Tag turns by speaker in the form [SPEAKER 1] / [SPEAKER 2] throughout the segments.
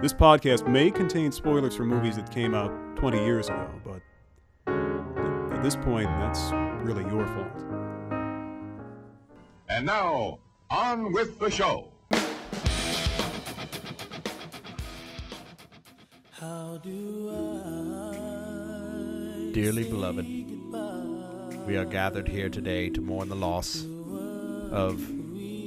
[SPEAKER 1] this podcast may contain spoilers for movies that came out 20 years ago, but at this point, that's really your fault.
[SPEAKER 2] And now, on with the show.
[SPEAKER 3] Dearly beloved, we are gathered here today to mourn the loss of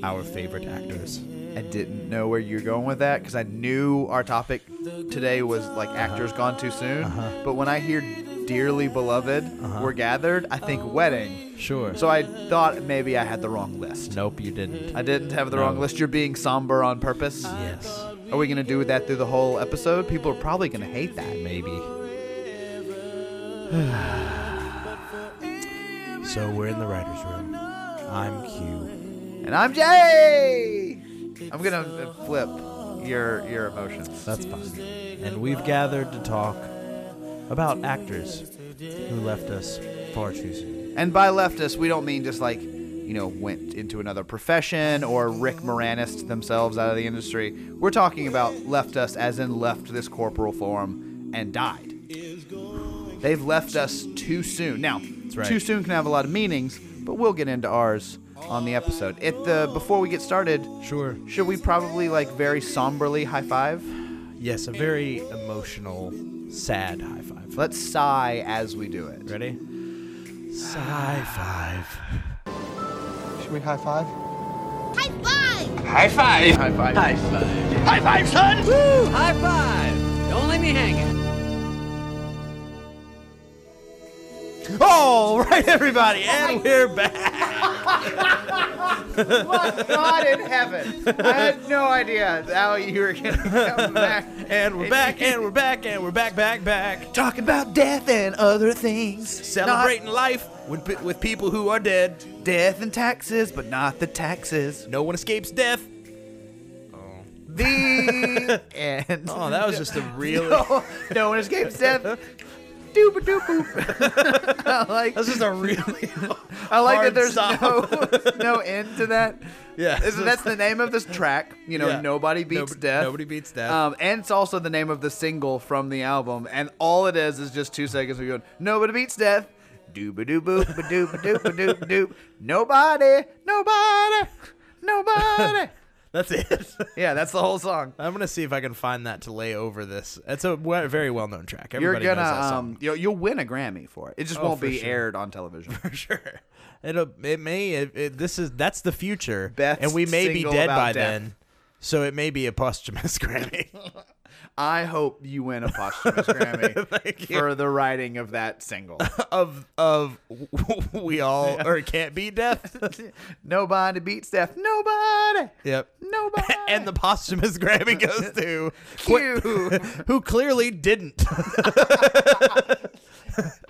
[SPEAKER 3] our favorite actors.
[SPEAKER 4] I didn't know where you were going with that because I knew our topic today was like actors gone too soon.
[SPEAKER 3] Uh-huh.
[SPEAKER 4] But when I hear dearly beloved, we're gathered, I think wedding.
[SPEAKER 3] Sure.
[SPEAKER 4] So I thought maybe I had the wrong list.
[SPEAKER 3] nope, you didn't.
[SPEAKER 4] I didn't have the wrong
[SPEAKER 3] No.
[SPEAKER 4] list. You're being somber on purpose.
[SPEAKER 3] yes,
[SPEAKER 4] Are we going to do that through the whole episode? People are probably going to hate that.
[SPEAKER 3] maybe. so we're in the writers' room. I'm Q.
[SPEAKER 4] And I'm Jay! I'm going to flip your your emotions.
[SPEAKER 3] That's fine. And we've gathered to talk about actors who left us far too soon.
[SPEAKER 4] And by leftist, we don't mean just like, you know, went into another profession or Rick Moranis themselves out of the industry. We're talking about left us as in left this corporal form and died. They've left us too soon. Now,
[SPEAKER 3] right.
[SPEAKER 4] too soon can have a lot of meanings, but we'll get into ours on the episode. At the before we get started,
[SPEAKER 3] Sure.
[SPEAKER 4] should we probably like very somberly high five?
[SPEAKER 3] Yes, a very emotional, sad high five.
[SPEAKER 4] Let's sigh as we do it.
[SPEAKER 3] Ready? High five.
[SPEAKER 4] Should we high five?
[SPEAKER 5] High five!
[SPEAKER 4] High five.
[SPEAKER 6] High five! Don't leave me hanging.
[SPEAKER 3] All right, everybody, and we're back.
[SPEAKER 4] God in heaven. I had no idea how you were going to come back.
[SPEAKER 3] And we're back, and we're back, and we're back, back, back.
[SPEAKER 4] Talking about death and other things.
[SPEAKER 3] Celebrating life with, pe- with people who are dead.
[SPEAKER 4] Not death and taxes, but not the taxes.
[SPEAKER 3] No one escapes death.
[SPEAKER 4] The end.
[SPEAKER 3] Oh, that was just a really.
[SPEAKER 4] no, no one escapes death. Doop doop boop. I like,
[SPEAKER 3] That's just a really.
[SPEAKER 4] I like
[SPEAKER 3] hard
[SPEAKER 4] that there's
[SPEAKER 3] stop.
[SPEAKER 4] no no end to that.
[SPEAKER 3] Yeah.
[SPEAKER 4] Is- that's the name of this track. You know,
[SPEAKER 3] Yeah.
[SPEAKER 4] nobody beats
[SPEAKER 3] Nobody-
[SPEAKER 4] death.
[SPEAKER 3] Nobody beats death.
[SPEAKER 4] Um, and it's also the name of the single from the album. And all it is is just two seconds of going, nobody beats death. Dooba doo boop ba doop ba doop ba doop ba doop. Nobody, nobody, nobody.
[SPEAKER 3] That's it.
[SPEAKER 4] Yeah, that's the whole song.
[SPEAKER 3] I'm gonna see if I can find that to lay over this. It's a we- very well-known track.
[SPEAKER 4] You're
[SPEAKER 3] Everybody knows that
[SPEAKER 4] gonna,
[SPEAKER 3] song.
[SPEAKER 4] um, you'll, you'll win a Grammy for it. It just
[SPEAKER 3] Oh,
[SPEAKER 4] won't
[SPEAKER 3] for
[SPEAKER 4] be
[SPEAKER 3] sure.
[SPEAKER 4] aired on television.
[SPEAKER 3] for sure. It'll, it may it, it- this is that's the future,
[SPEAKER 4] Best
[SPEAKER 3] and we may be
[SPEAKER 4] single
[SPEAKER 3] dead
[SPEAKER 4] about
[SPEAKER 3] by
[SPEAKER 4] death.
[SPEAKER 3] then, so it may be a posthumous Grammy.
[SPEAKER 4] I hope you win a posthumous Grammy for the writing of that single.
[SPEAKER 3] of of we all or it can't be death.
[SPEAKER 4] nobody beats death. Nobody.
[SPEAKER 3] yep.
[SPEAKER 4] Nobody.
[SPEAKER 3] And the posthumous Grammy goes to
[SPEAKER 4] Q.
[SPEAKER 3] who clearly didn't.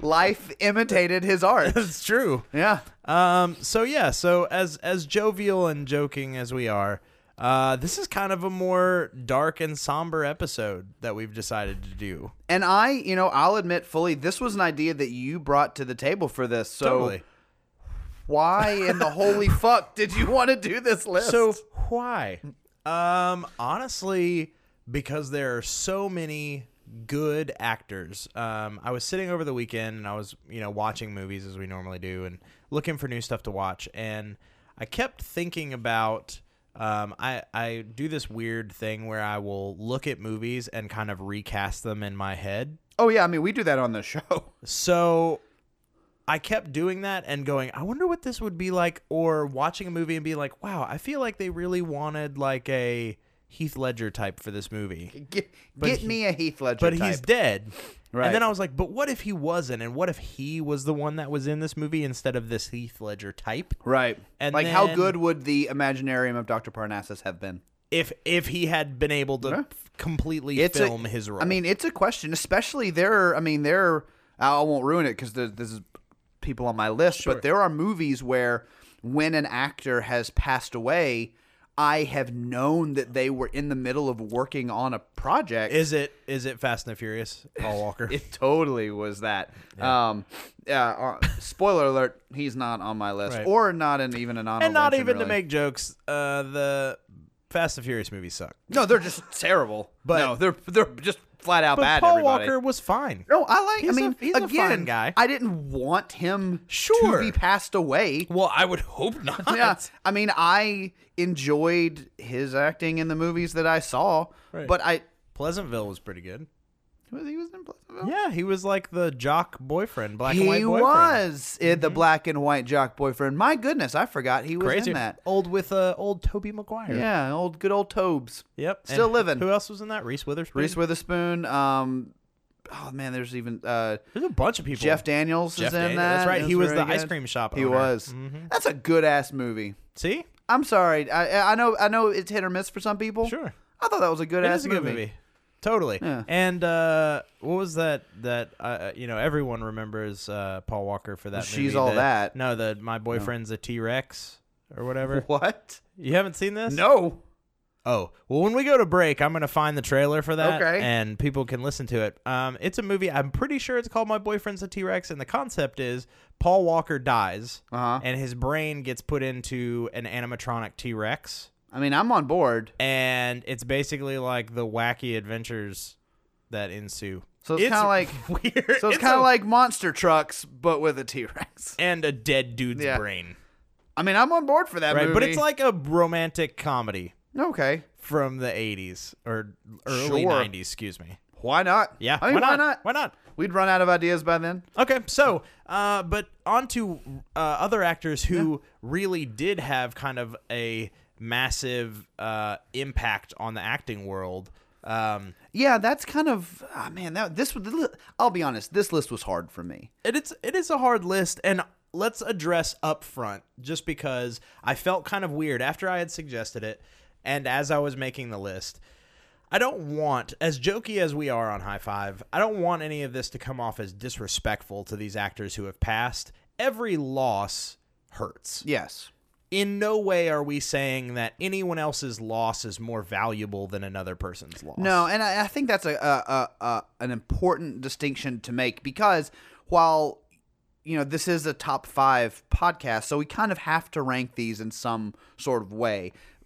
[SPEAKER 4] Life imitated his art.
[SPEAKER 3] it's true.
[SPEAKER 4] Yeah.
[SPEAKER 3] Um. So yeah. So as as jovial and joking as we are, uh, this is kind of a more dark and somber episode that we've decided to do.
[SPEAKER 4] And I, you know, I'll admit fully, this was an idea that you brought to the table for this. So
[SPEAKER 3] Totally.
[SPEAKER 4] why in the holy fuck did you want to do this list?
[SPEAKER 3] So why? Um, honestly, because there are so many good actors. Um, I was sitting over the weekend and I was, you know, watching movies as we normally do and looking for new stuff to watch. And I kept thinking about. Um, I, I do this weird thing where I will look at movies and kind of recast them in my head.
[SPEAKER 4] oh yeah, I mean, we do that on the show.
[SPEAKER 3] So I kept doing that and going, I wonder what this would be like, or watching a movie and being like, wow, I feel like they really wanted like a Heath Ledger type for this movie.
[SPEAKER 4] Get,
[SPEAKER 3] But
[SPEAKER 4] get
[SPEAKER 3] he-
[SPEAKER 4] me a Heath Ledger
[SPEAKER 3] But
[SPEAKER 4] type.
[SPEAKER 3] he's dead.
[SPEAKER 4] Right.
[SPEAKER 3] And then I was like, but what if he wasn't? And what if he was the one that was in this movie instead of this Heath Ledger type?
[SPEAKER 4] right.
[SPEAKER 3] And
[SPEAKER 4] like, how
[SPEAKER 3] then-
[SPEAKER 4] good would the Imaginarium of Dr. Parnassus have been?
[SPEAKER 3] if if he had been able to
[SPEAKER 4] Yeah.
[SPEAKER 3] f- completely
[SPEAKER 4] it's a-
[SPEAKER 3] film his role.
[SPEAKER 4] I mean, it's a question, especially there. Are, I mean, there. Are, I won't ruin it because this is people on my list, but there are movies where when an actor has passed away, I have known that they were in the middle of working on a project.
[SPEAKER 3] is it is it Fast and the Furious? Paul Walker.
[SPEAKER 4] it totally was that. Um, yeah. uh, spoiler alert: he's not on my list,
[SPEAKER 3] Right.
[SPEAKER 4] or not in even an honorable
[SPEAKER 3] and not
[SPEAKER 4] mention,
[SPEAKER 3] even to
[SPEAKER 4] really.
[SPEAKER 3] make jokes. Uh, the Fast and Furious movies suck.
[SPEAKER 4] No, they're just terrible.
[SPEAKER 3] But-
[SPEAKER 4] no, they're they're just flat out
[SPEAKER 3] But
[SPEAKER 4] bad.
[SPEAKER 3] Paul
[SPEAKER 4] everybody.
[SPEAKER 3] Walker was fine.
[SPEAKER 4] No, I like.
[SPEAKER 3] He's
[SPEAKER 4] I
[SPEAKER 3] a-
[SPEAKER 4] mean,
[SPEAKER 3] he's a fine
[SPEAKER 4] again,
[SPEAKER 3] guy.
[SPEAKER 4] I didn't want him
[SPEAKER 3] Sure.
[SPEAKER 4] to be passed away.
[SPEAKER 3] Well, I would hope not.
[SPEAKER 4] Yeah, I mean, I enjoyed his acting in the movies that I saw,
[SPEAKER 3] Right.
[SPEAKER 4] but I
[SPEAKER 3] Pleasantville was pretty good.
[SPEAKER 4] was he was in Pleasantville.
[SPEAKER 3] Yeah, he was like the jock boyfriend, black and white
[SPEAKER 4] He
[SPEAKER 3] boyfriend.
[SPEAKER 4] was in the black and white jock boyfriend. My goodness, I forgot he was
[SPEAKER 3] Mm-hmm. crazy.
[SPEAKER 4] in that.
[SPEAKER 3] Old with uh, old Toby Maguire.
[SPEAKER 4] Yeah, old good old Tobes.
[SPEAKER 3] Yep. And
[SPEAKER 4] Still living.
[SPEAKER 3] Who else was in that? Reese Witherspoon.
[SPEAKER 4] Reese Witherspoon. Um, oh man, there's even uh,
[SPEAKER 3] There's a bunch of people.
[SPEAKER 4] Jeff Daniels
[SPEAKER 3] Jeff
[SPEAKER 4] is in
[SPEAKER 3] Daniels,
[SPEAKER 4] that.
[SPEAKER 3] that's right.
[SPEAKER 4] It
[SPEAKER 3] He was
[SPEAKER 4] very
[SPEAKER 3] the ice
[SPEAKER 4] good.
[SPEAKER 3] cream shop
[SPEAKER 4] He
[SPEAKER 3] owner. Mm-hmm.
[SPEAKER 4] was. That's a good ass movie.
[SPEAKER 3] See?
[SPEAKER 4] I'm sorry. I I know I know it's hit or miss for some people.
[SPEAKER 3] Sure.
[SPEAKER 4] I thought that was a good
[SPEAKER 3] It
[SPEAKER 4] ass
[SPEAKER 3] is a good movie. Totally.
[SPEAKER 4] Yeah.
[SPEAKER 3] And uh, what was that? That uh, you know, everyone remembers uh, Paul Walker for that.
[SPEAKER 4] She's
[SPEAKER 3] movie
[SPEAKER 4] All
[SPEAKER 3] the-
[SPEAKER 4] That.
[SPEAKER 3] No, the my boyfriend's a T Rex or whatever.
[SPEAKER 4] What?
[SPEAKER 3] You haven't seen this?
[SPEAKER 4] No.
[SPEAKER 3] Oh well, when we go to break, I'm gonna find the trailer for that,
[SPEAKER 4] Okay.
[SPEAKER 3] and people can listen to it. Um, it's a movie. I'm pretty sure it's called My Boyfriend's a T Rex, and the concept is Paul Walker dies,
[SPEAKER 4] Uh-huh.
[SPEAKER 3] and his brain gets put into an animatronic T Rex,
[SPEAKER 4] I mean, I'm on board.
[SPEAKER 3] and it's basically like the wacky adventures that ensue.
[SPEAKER 4] So it's kinda like-
[SPEAKER 3] weird.
[SPEAKER 4] So it's,
[SPEAKER 3] a-
[SPEAKER 4] kind of like monster trucks, but with a T Rex.
[SPEAKER 3] and a dead dude's
[SPEAKER 4] Yeah.
[SPEAKER 3] brain,
[SPEAKER 4] I mean, I'm on board for that
[SPEAKER 3] right?
[SPEAKER 4] movie.
[SPEAKER 3] But it's like a romantic comedy
[SPEAKER 4] okay,
[SPEAKER 3] from the 80s or early
[SPEAKER 4] Sure.
[SPEAKER 3] 90s. Excuse me.
[SPEAKER 4] why not?
[SPEAKER 3] Yeah.
[SPEAKER 4] I mean,
[SPEAKER 3] why not? Why not?
[SPEAKER 4] We'd run out of ideas by then.
[SPEAKER 3] Okay, so, uh, but on to uh, other actors who really did have kind of a massive uh, impact on the acting world. Um,
[SPEAKER 4] Yeah, that's kind of ah, man. That this was- I'll be honest. This list was hard for me.
[SPEAKER 3] it, it's it is a hard list, and let's address up front, just because I felt kind of weird after I had suggested it, and as I was making the list. I don't want, as jokey as we are on High Five, I don't want any of this to come off as disrespectful to these actors who have passed. Every loss hurts.
[SPEAKER 4] Yes.
[SPEAKER 3] in no way are we saying that anyone else's loss is more valuable than another person's loss.
[SPEAKER 4] No, and I, I think that's a, a, a, a an important distinction to make because while you know this is a top five podcast, so we kind of have to rank these in some sort of way.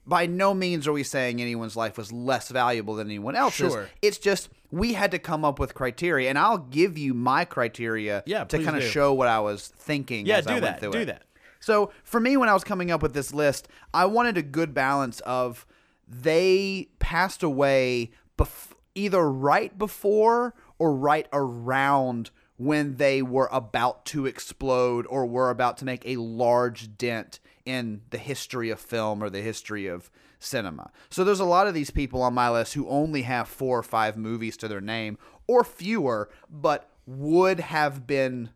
[SPEAKER 4] By no means are we saying anyone's life was less valuable than anyone else's.
[SPEAKER 3] Sure.
[SPEAKER 4] It's just we had to come up with criteria, and I'll give you my criteria
[SPEAKER 3] Yeah,
[SPEAKER 4] to
[SPEAKER 3] please
[SPEAKER 4] kind of
[SPEAKER 3] do.
[SPEAKER 4] show what I was thinking.
[SPEAKER 3] Yeah,
[SPEAKER 4] as
[SPEAKER 3] do
[SPEAKER 4] I went
[SPEAKER 3] that,
[SPEAKER 4] through
[SPEAKER 3] do
[SPEAKER 4] it.
[SPEAKER 3] that.
[SPEAKER 4] So for me, when I was coming up with this list, I wanted a good balance of they passed away bef- either right before or right around when they were about to explode or were about to make a large dent in the history of film or the history of cinema. So there's a lot of these people on my list who only have four or five movies to their name or fewer, but would have been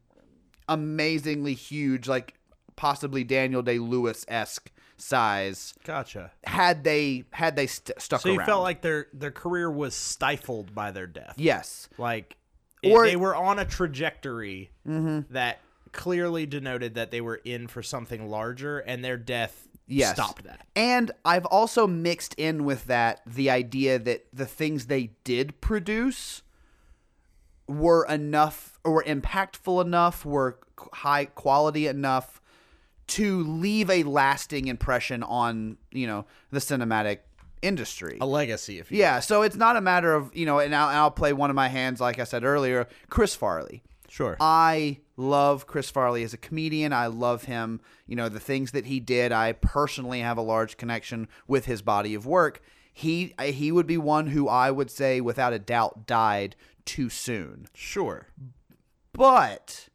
[SPEAKER 4] amazingly huge, like possibly Daniel Day Lewis esque size.
[SPEAKER 3] Gotcha.
[SPEAKER 4] Had they had they st- stuck
[SPEAKER 3] So
[SPEAKER 4] around,
[SPEAKER 3] you felt like their their career was stifled by their death.
[SPEAKER 4] yes,
[SPEAKER 3] Like
[SPEAKER 4] Or- Mm-hmm.
[SPEAKER 3] or they were on a trajectory that clearly denoted that they were in for something larger and their death
[SPEAKER 4] yes,
[SPEAKER 3] stopped that.
[SPEAKER 4] And I've also mixed in with that the idea that the things they did produce were enough, were impactful enough, were c- high quality enough to leave a lasting impression on you know the cinematic industry.
[SPEAKER 3] A legacy if you
[SPEAKER 4] Yeah, so it's not a matter of you know, and I'll, and I'll play one of my hands, like I said earlier, Chris Farley.
[SPEAKER 3] Sure.
[SPEAKER 4] I love Chris Farley as a comedian. I love him. You know, the things that he did, I personally have a large connection with his body of work. He he would be one who I would say without a doubt died too soon
[SPEAKER 3] sure.
[SPEAKER 4] but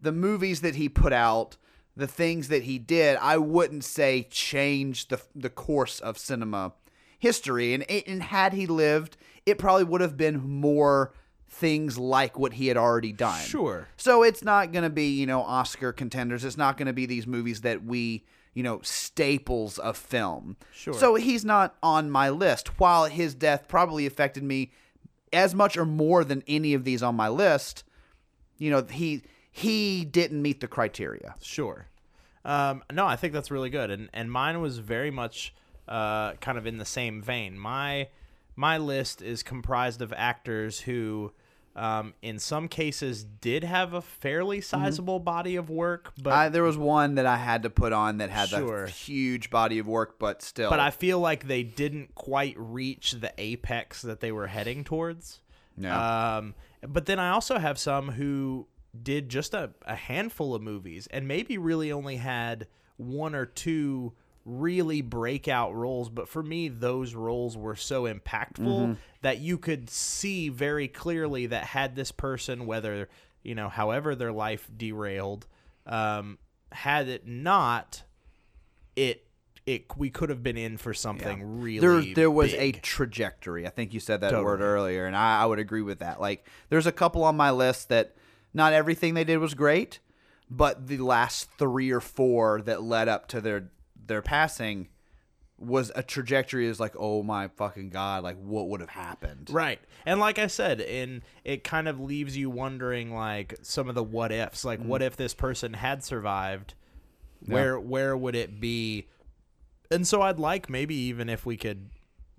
[SPEAKER 4] the movies that he put out, the things that he did, I wouldn't say changed the the course of cinema history. And it, and had he lived, it probably would have been more things like what he had already done.
[SPEAKER 3] Sure.
[SPEAKER 4] So it's not going to be, you know, Oscar contenders. It's not going to be these movies that we you know, staples of film.
[SPEAKER 3] Sure.
[SPEAKER 4] So he's not on my list. While his death probably affected me as much or more than any of these on my list, you know, he he didn't meet the criteria.
[SPEAKER 3] Sure. Um, no, I think that's really good, and and mine was very much uh, kind of in the same vein. My my list is comprised of actors who, um, in some cases, did have a fairly sizable body of work, but
[SPEAKER 4] I, there was one that I had to put on that had
[SPEAKER 3] Sure.
[SPEAKER 4] a huge body of work, but still.
[SPEAKER 3] but I feel like they didn't quite reach the apex that they were heading towards.
[SPEAKER 4] No.
[SPEAKER 3] Um, but then I also have some who did just a, a handful of movies and maybe really only had one or two really breakout roles. But for me, those roles were so impactful
[SPEAKER 4] Mm-hmm.
[SPEAKER 3] that you could see very clearly that had this person, whether, you know, however their life derailed, um, had it not, it. It, we could have been in for something
[SPEAKER 4] there
[SPEAKER 3] really.
[SPEAKER 4] there was a
[SPEAKER 3] big.
[SPEAKER 4] trajectory. I think you said that word
[SPEAKER 3] Totally.
[SPEAKER 4] earlier, and I, I would agree with that. Like there's a couple on my list that not everything they did was great, but the last three or four that led up to their their passing was a trajectory is like, oh my fucking god, like what would have happened?
[SPEAKER 3] Right. And like I said, in it kind of leaves you wondering like some of the what ifs. Like what if this person had survived? Where where would it be? And so I'd like maybe even if we could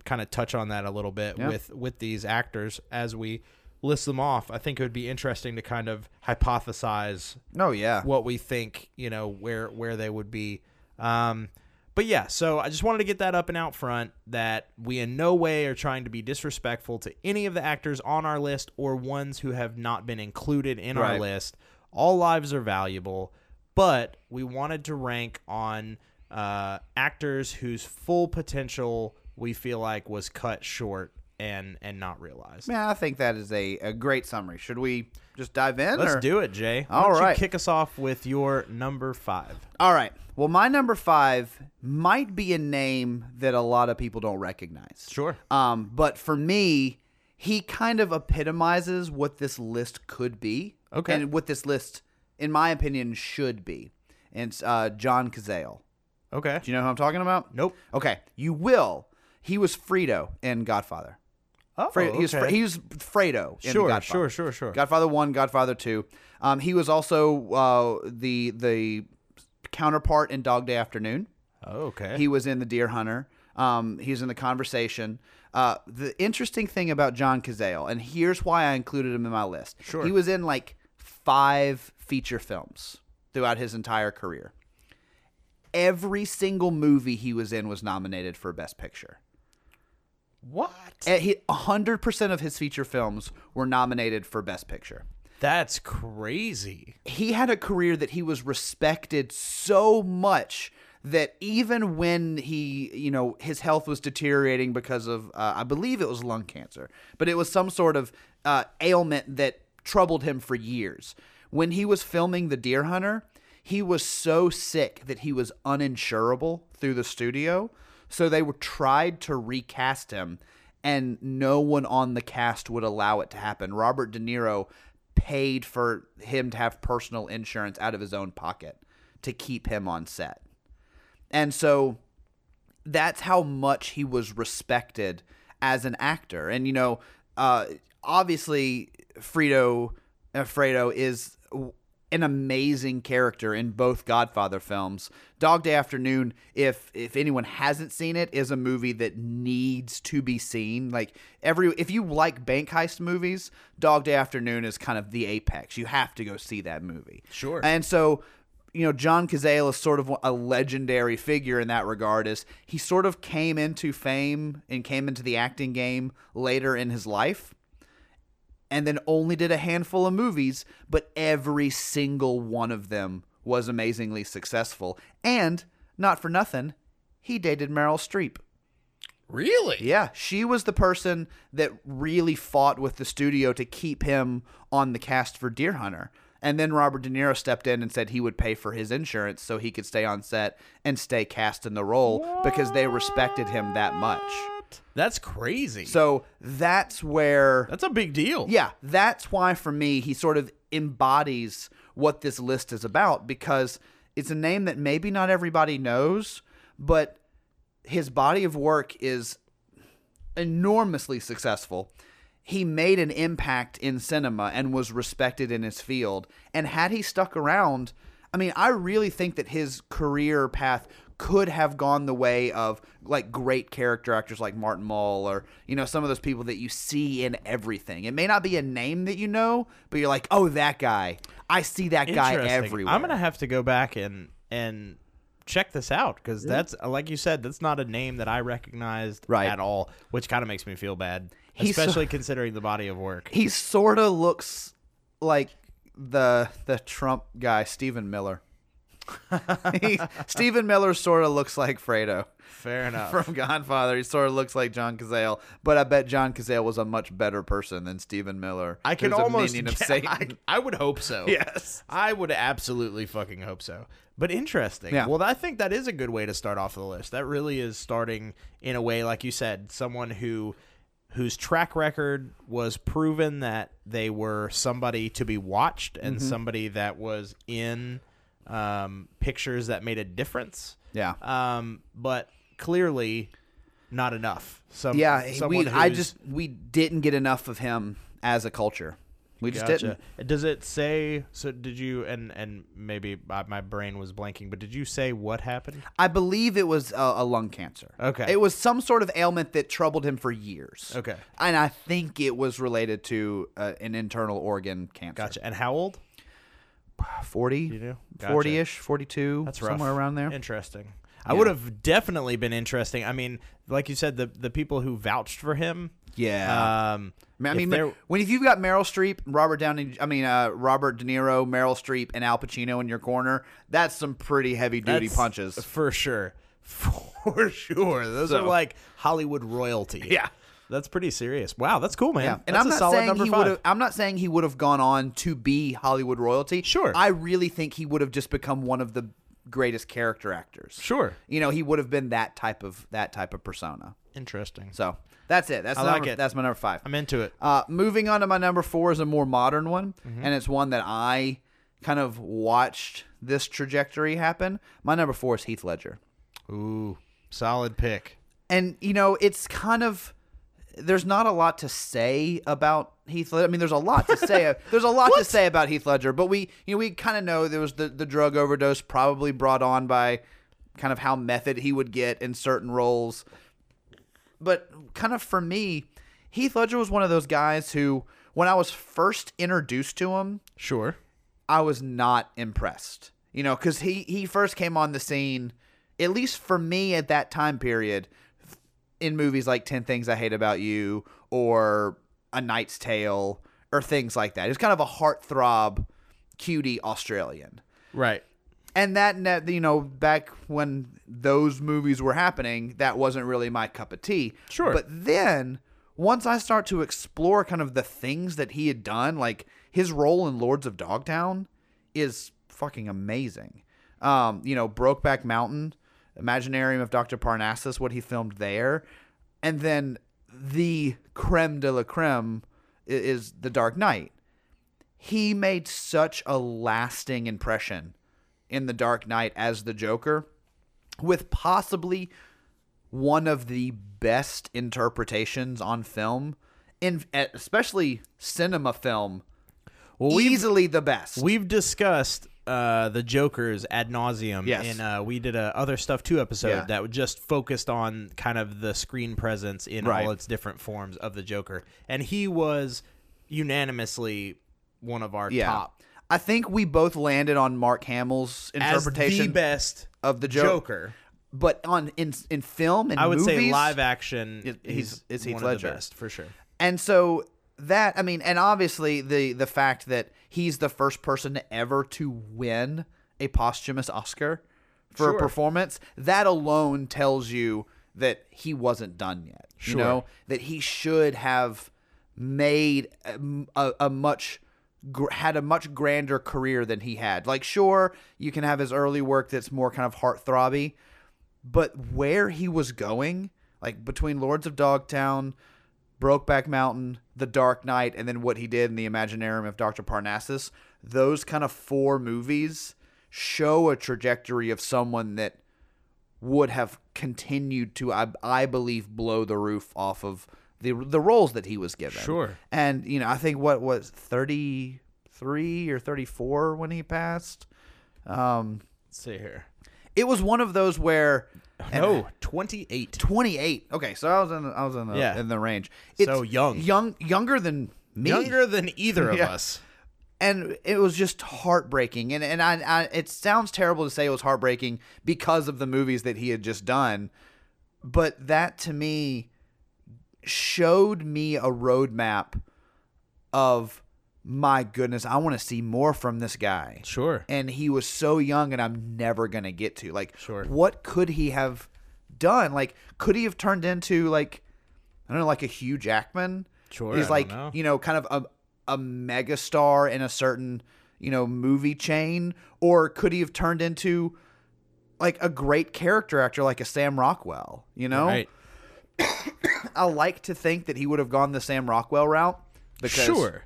[SPEAKER 3] kind of touch on that a little bit
[SPEAKER 4] Yeah.
[SPEAKER 3] with with these actors as we list them off. I think it would be interesting to kind of hypothesize
[SPEAKER 4] No, Oh, yeah.
[SPEAKER 3] what we think, you know, where where they would be. Um, but yeah, so I just wanted to get that up and out front that we in no way are trying to be disrespectful to any of the actors on our list or ones who have not been included in our
[SPEAKER 4] Right.
[SPEAKER 3] list. All lives are valuable, but we wanted to rank on uh, actors whose full potential we feel like was cut short and and not realized.
[SPEAKER 4] Man, I think that is a, a great summary. Should we just dive in?
[SPEAKER 3] Let's
[SPEAKER 4] or-
[SPEAKER 3] do it, Jay. Why
[SPEAKER 4] All
[SPEAKER 3] don't you
[SPEAKER 4] right.
[SPEAKER 3] kick us off with your number five.
[SPEAKER 4] All right. Well, my number five might be a name that a lot of people don't recognize.
[SPEAKER 3] Sure.
[SPEAKER 4] Um, but for me, he kind of epitomizes what this list could be.
[SPEAKER 3] Okay.
[SPEAKER 4] And what this list, in my opinion, should be. And it's uh, John Cazale.
[SPEAKER 3] Okay.
[SPEAKER 4] Do you know who I'm talking about?
[SPEAKER 3] Nope.
[SPEAKER 4] Okay. You will. He was Fredo in Godfather.
[SPEAKER 3] Oh,
[SPEAKER 4] Fre- he, was Fre- he was Fredo. In
[SPEAKER 3] Sure,
[SPEAKER 4] Godfather.
[SPEAKER 3] sure, sure, sure.
[SPEAKER 4] Godfather one, Godfather two. Um, he was also uh, the the counterpart in Dog Day Afternoon.
[SPEAKER 3] okay.
[SPEAKER 4] He was in The Deer Hunter. Um, he was in The Conversation. Uh, the interesting thing about John Cazale, and here's why I included him in my list.
[SPEAKER 3] Sure.
[SPEAKER 4] He was in like five feature films throughout his entire career. Every single movie he was in was nominated for Best Picture.
[SPEAKER 3] what?
[SPEAKER 4] Eh, he- 100% of his feature films were nominated for Best Picture.
[SPEAKER 3] That's crazy.
[SPEAKER 4] he had a career that he was respected so much that even when he, you know, his health was deteriorating because of, uh, I believe it was lung cancer, but it was some sort of uh, ailment that troubled him for years. When he was filming The Deer Hunter, he was so sick that he was uninsurable through the studio. So they were tried to recast him, and no one on the cast would allow it to happen. Robert De Niro paid for him to have personal insurance out of his own pocket to keep him on set. And so that's how much he was respected as an actor. And, you know, uh, obviously, Frito Alfredo is w- an amazing character in both Godfather films. Dog Day Afternoon, if if anyone hasn't seen it, is a movie that needs to be seen. Like every if you like bank heist movies, Dog Day Afternoon is kind of the apex. You have to go see that movie.
[SPEAKER 3] Sure.
[SPEAKER 4] And so you know, John Cazale is sort of a legendary figure in that regard. Is he sort of came into fame and came into the acting game later in his life, and then only did a handful of movies, but every single one of them was amazingly successful. And not for nothing, he dated Meryl Streep.
[SPEAKER 6] Really?
[SPEAKER 4] Yeah, she was the person that really fought with the studio to keep him on the cast for Deer Hunter. And then Robert De Niro stepped in and said he would pay for his insurance so he could stay on set and stay cast in the role because they respected him that much.
[SPEAKER 3] That's crazy.
[SPEAKER 4] So that's where
[SPEAKER 3] that's a big deal.
[SPEAKER 4] yeah, that's why for me he sort of embodies what this list is about because It's a name that maybe not everybody knows, but his body of work is enormously successful. He made an impact in cinema and was respected in his field. And had he stuck around, I mean, I really think that his career path could have gone the way of like great character actors like Martin Mull or, you know, some of those people that you see in everything. It may not be a name that you know, but you're like, oh, that guy. I see that guy
[SPEAKER 3] Interesting.
[SPEAKER 4] everywhere.
[SPEAKER 3] I'm gonna have to go back and and check this out because that's like you said, that's not a name that I recognized
[SPEAKER 4] Right.
[SPEAKER 3] at all, which kind of makes me feel bad,
[SPEAKER 4] He's so-
[SPEAKER 3] especially considering the body of work.
[SPEAKER 4] he sort of looks like the the Trump guy, Stephen Miller. he, Stephen Miller sort of looks like Fredo
[SPEAKER 3] Fair enough.
[SPEAKER 4] from Godfather. He sort of looks like John Cazale, but I bet John Cazale was a much better person than Stephen Miller.
[SPEAKER 3] I can
[SPEAKER 4] who's a
[SPEAKER 3] almost.
[SPEAKER 4] minion of
[SPEAKER 3] yeah,
[SPEAKER 4] Satan.
[SPEAKER 3] I, I would hope so.
[SPEAKER 4] Yes.
[SPEAKER 3] I would absolutely fucking hope so. But interesting.
[SPEAKER 4] Yeah.
[SPEAKER 3] Well, I think that is a good way to start off the list. That really is starting in a way, like you said, someone who whose track record was proven that they were somebody to be watched and
[SPEAKER 4] Mm-hmm.
[SPEAKER 3] somebody that was in um, pictures that made a difference.
[SPEAKER 4] Yeah.
[SPEAKER 3] Um, but clearly, not enough. Some
[SPEAKER 4] yeah,
[SPEAKER 3] someone
[SPEAKER 4] we I
[SPEAKER 3] who's-
[SPEAKER 4] just we didn't get enough of him as a culture. We just didn't.
[SPEAKER 3] Does it say? So did you? And and maybe my my brain was blanking, but did you say what happened?
[SPEAKER 4] I believe it was a, a lung cancer.
[SPEAKER 3] Okay.
[SPEAKER 4] It was some sort of ailment that troubled him for years.
[SPEAKER 3] Okay.
[SPEAKER 4] And I think it was related to uh, an internal organ cancer.
[SPEAKER 3] Gotcha. And how old?
[SPEAKER 4] 40,
[SPEAKER 3] know?
[SPEAKER 4] 40 ish, 42,
[SPEAKER 3] That's rough.
[SPEAKER 4] somewhere around there.
[SPEAKER 3] Interesting. I would have definitely been interesting. I mean, like you said, the the people who vouched for him.
[SPEAKER 4] Yeah.
[SPEAKER 3] Um,
[SPEAKER 4] I
[SPEAKER 3] if
[SPEAKER 4] mean,
[SPEAKER 3] there-
[SPEAKER 4] when if you've got Meryl Streep, Robert Downey, I mean, uh, Robert De Niro, Meryl Streep, and Al Pacino in your corner, that's some pretty heavy duty
[SPEAKER 3] that's
[SPEAKER 4] punches.
[SPEAKER 3] for sure, for sure. Those are
[SPEAKER 4] So-
[SPEAKER 3] like Hollywood royalty.
[SPEAKER 4] Yeah.
[SPEAKER 3] that's pretty serious. Wow, that's cool, man.
[SPEAKER 4] Yeah, and
[SPEAKER 3] That's
[SPEAKER 4] I'm
[SPEAKER 3] a
[SPEAKER 4] not
[SPEAKER 3] solid
[SPEAKER 4] saying
[SPEAKER 3] number
[SPEAKER 4] he
[SPEAKER 3] five.
[SPEAKER 4] would have. I'm not saying he would have gone on to be Hollywood royalty.
[SPEAKER 3] Sure.
[SPEAKER 4] I really think he would have just become one of the greatest character actors.
[SPEAKER 3] Sure.
[SPEAKER 4] you know he would have been that type of that type of persona.
[SPEAKER 3] Interesting.
[SPEAKER 4] So that's it. That's
[SPEAKER 3] I
[SPEAKER 4] number,
[SPEAKER 3] like it.
[SPEAKER 4] That's my number five.
[SPEAKER 3] I'm into it.
[SPEAKER 4] Uh, moving on to my number four is a more modern one,
[SPEAKER 3] Mm-hmm.
[SPEAKER 4] and it's one that I kind of watched this trajectory happen. My number four is Heath Ledger.
[SPEAKER 3] Ooh, solid pick.
[SPEAKER 4] and you know it's kind of there's not a lot to say about Heath Ledger. I mean, there's a lot to say. there's a lot to say about Heath Ledger, but we you know we kind of know there was the the drug overdose probably brought on by kind of how method he would get in certain roles. But kind of for me, Heath Ledger was one of those guys who when I was first introduced to him,
[SPEAKER 3] Sure.
[SPEAKER 4] I was not impressed. You know, because he he first came on the scene, at least for me at that time period, in movies like Ten Things I Hate About You or A Knight's Tale or things like that. He was kind of a heartthrob, cutie Australian
[SPEAKER 3] Right.
[SPEAKER 4] and that net you know back when those movies were happening that wasn't really my cup of tea
[SPEAKER 3] Sure.
[SPEAKER 4] but then once i start to explore kind of the things that he had done like his role in lords of dogtown is fucking amazing um you know brokeback mountain imaginarium of dr parnassus what he filmed there and then the creme de la creme i- is the dark knight he made such a lasting impression in the Dark Knight as the Joker with possibly one of the best interpretations on film in especially cinema film easily the best
[SPEAKER 3] We've discussed uh, the Joker's ad nauseum.
[SPEAKER 4] Yes.
[SPEAKER 3] And uh, we did a other stuff too episode
[SPEAKER 4] Yeah.
[SPEAKER 3] that just focused on kind of the screen presence in
[SPEAKER 4] Right.
[SPEAKER 3] all its different forms of the Joker, and he was unanimously one of our
[SPEAKER 4] yeah
[SPEAKER 3] top
[SPEAKER 4] i think we both landed on mark hamill's
[SPEAKER 3] as the
[SPEAKER 4] interpretation
[SPEAKER 3] best
[SPEAKER 4] of the Jo-
[SPEAKER 3] Joker.
[SPEAKER 4] but on in in film and
[SPEAKER 3] I would say
[SPEAKER 4] movies-
[SPEAKER 3] live action.
[SPEAKER 4] It-
[SPEAKER 3] he's
[SPEAKER 4] he's- it's Heath
[SPEAKER 3] one
[SPEAKER 4] Ledger.
[SPEAKER 3] of the best for sure.
[SPEAKER 4] And so that I mean, and obviously the the fact that he's the first person ever to win a posthumous Oscar for
[SPEAKER 3] Sure.
[SPEAKER 4] a performance, that alone tells you that he wasn't done yet.
[SPEAKER 3] Sure.
[SPEAKER 4] You know that he should have made a, a, a much gr- had a much grander career than he had. Like, sure, you can have his early work that's more kind of heartthrobby, but where he was going, like between Lords of Dogtown, Brokeback Mountain, The Dark Knight, and then what he did in the Imaginarium of Dr. Parnassus, those kind of four movies show a trajectory of someone that would have continued to, I, I believe, blow the roof off of the the roles that he was given.
[SPEAKER 3] Sure.
[SPEAKER 4] And you know, I think what was thirty three or thirty four when he passed. Um,
[SPEAKER 3] Let's see here.
[SPEAKER 4] it was one of those where Oh,
[SPEAKER 3] No, 28.
[SPEAKER 4] 28. Okay, so I was in I was in the
[SPEAKER 3] Yeah.
[SPEAKER 4] in the range.
[SPEAKER 3] So young.
[SPEAKER 4] young, younger than me,
[SPEAKER 3] Younger than either of
[SPEAKER 4] Yeah.
[SPEAKER 3] us.
[SPEAKER 4] and it was just heartbreaking. And and I, I it sounds terrible to say it was heartbreaking because of the movies that he had just done, but that to me showed me a roadmap of my goodness, I want to see more from this guy
[SPEAKER 3] Sure.
[SPEAKER 4] and he was so young and I'm never going to get to. Like
[SPEAKER 3] Sure.
[SPEAKER 4] what could he have done? Like could he have turned into like I don't know like a Hugh Jackman?
[SPEAKER 3] Sure, I
[SPEAKER 4] He's
[SPEAKER 3] don't
[SPEAKER 4] like,
[SPEAKER 3] know.
[SPEAKER 4] you know, kind of a a megastar in a certain, you know, movie chain or could he have turned into like a great character actor like a Sam Rockwell, you know?
[SPEAKER 3] Right.
[SPEAKER 4] I like to think that he would have gone the Sam Rockwell route because
[SPEAKER 3] Sure.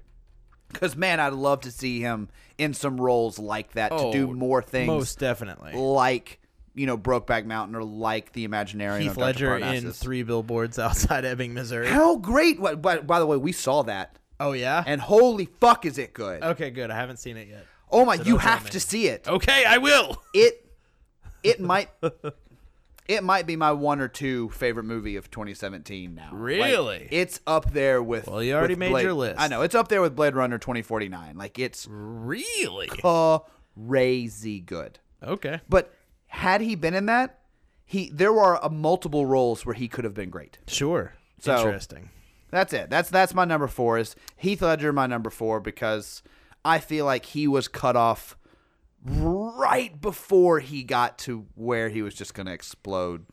[SPEAKER 4] Because man, I'd love to see him in some roles like that to do
[SPEAKER 3] Oh,
[SPEAKER 4] more things,
[SPEAKER 3] Most definitely.
[SPEAKER 4] like you know Brokeback Mountain or like The Imaginarium.
[SPEAKER 3] Heath
[SPEAKER 4] of Dr.
[SPEAKER 3] Ledger in
[SPEAKER 4] Parnassus.
[SPEAKER 3] three billboards outside Ebbing, Missouri.
[SPEAKER 4] How great! What, by, by the way, we saw that,
[SPEAKER 3] Oh yeah.
[SPEAKER 4] and holy fuck, is it good?
[SPEAKER 3] okay, good. I haven't seen it yet.
[SPEAKER 4] oh my, you
[SPEAKER 3] don't tell
[SPEAKER 4] have
[SPEAKER 3] me.
[SPEAKER 4] to see it.
[SPEAKER 3] Okay, I will.
[SPEAKER 4] It, it might. It might be my one or two favorite movie of 2017 now. Like,
[SPEAKER 3] Really?
[SPEAKER 4] it's up there with.
[SPEAKER 3] Well, you already
[SPEAKER 4] with
[SPEAKER 3] made
[SPEAKER 4] Blade-
[SPEAKER 3] your list.
[SPEAKER 4] I know it's up there with Blade Runner 2049. Like it's
[SPEAKER 3] Really?
[SPEAKER 4] crazy good.
[SPEAKER 3] Okay.
[SPEAKER 4] But had he been in that, he there were uh, multiple roles where he could have been great.
[SPEAKER 3] Sure.
[SPEAKER 4] So-
[SPEAKER 3] Interesting.
[SPEAKER 4] That's it. That's that's my number four is Heath Ledger my number four because I feel like he was cut off right before he got to where he was just gonna explode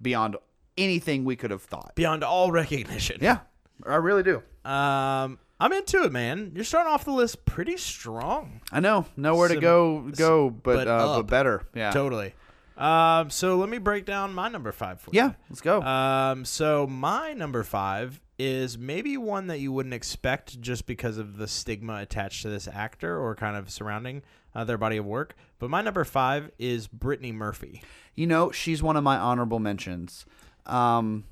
[SPEAKER 4] beyond anything we could have thought.
[SPEAKER 3] Beyond all recognition.
[SPEAKER 4] Yeah. I really do.
[SPEAKER 3] Um, I'm into it, man. You're starting off the list pretty strong.
[SPEAKER 4] I know. Nowhere to
[SPEAKER 3] Sim-
[SPEAKER 4] go go but
[SPEAKER 3] but
[SPEAKER 4] uh, but
[SPEAKER 3] up.
[SPEAKER 4] better. Yeah.
[SPEAKER 3] Totally. Um, so let me break down my number five for
[SPEAKER 4] Yeah,
[SPEAKER 3] you.
[SPEAKER 4] let's go.
[SPEAKER 3] Um, so my number five is maybe one that you wouldn't expect just because of the stigma attached to this actor or kind of surrounding uh, their body of work. But my number five is Brittany Murphy.
[SPEAKER 4] You know, she's one of my honorable mentions. Um,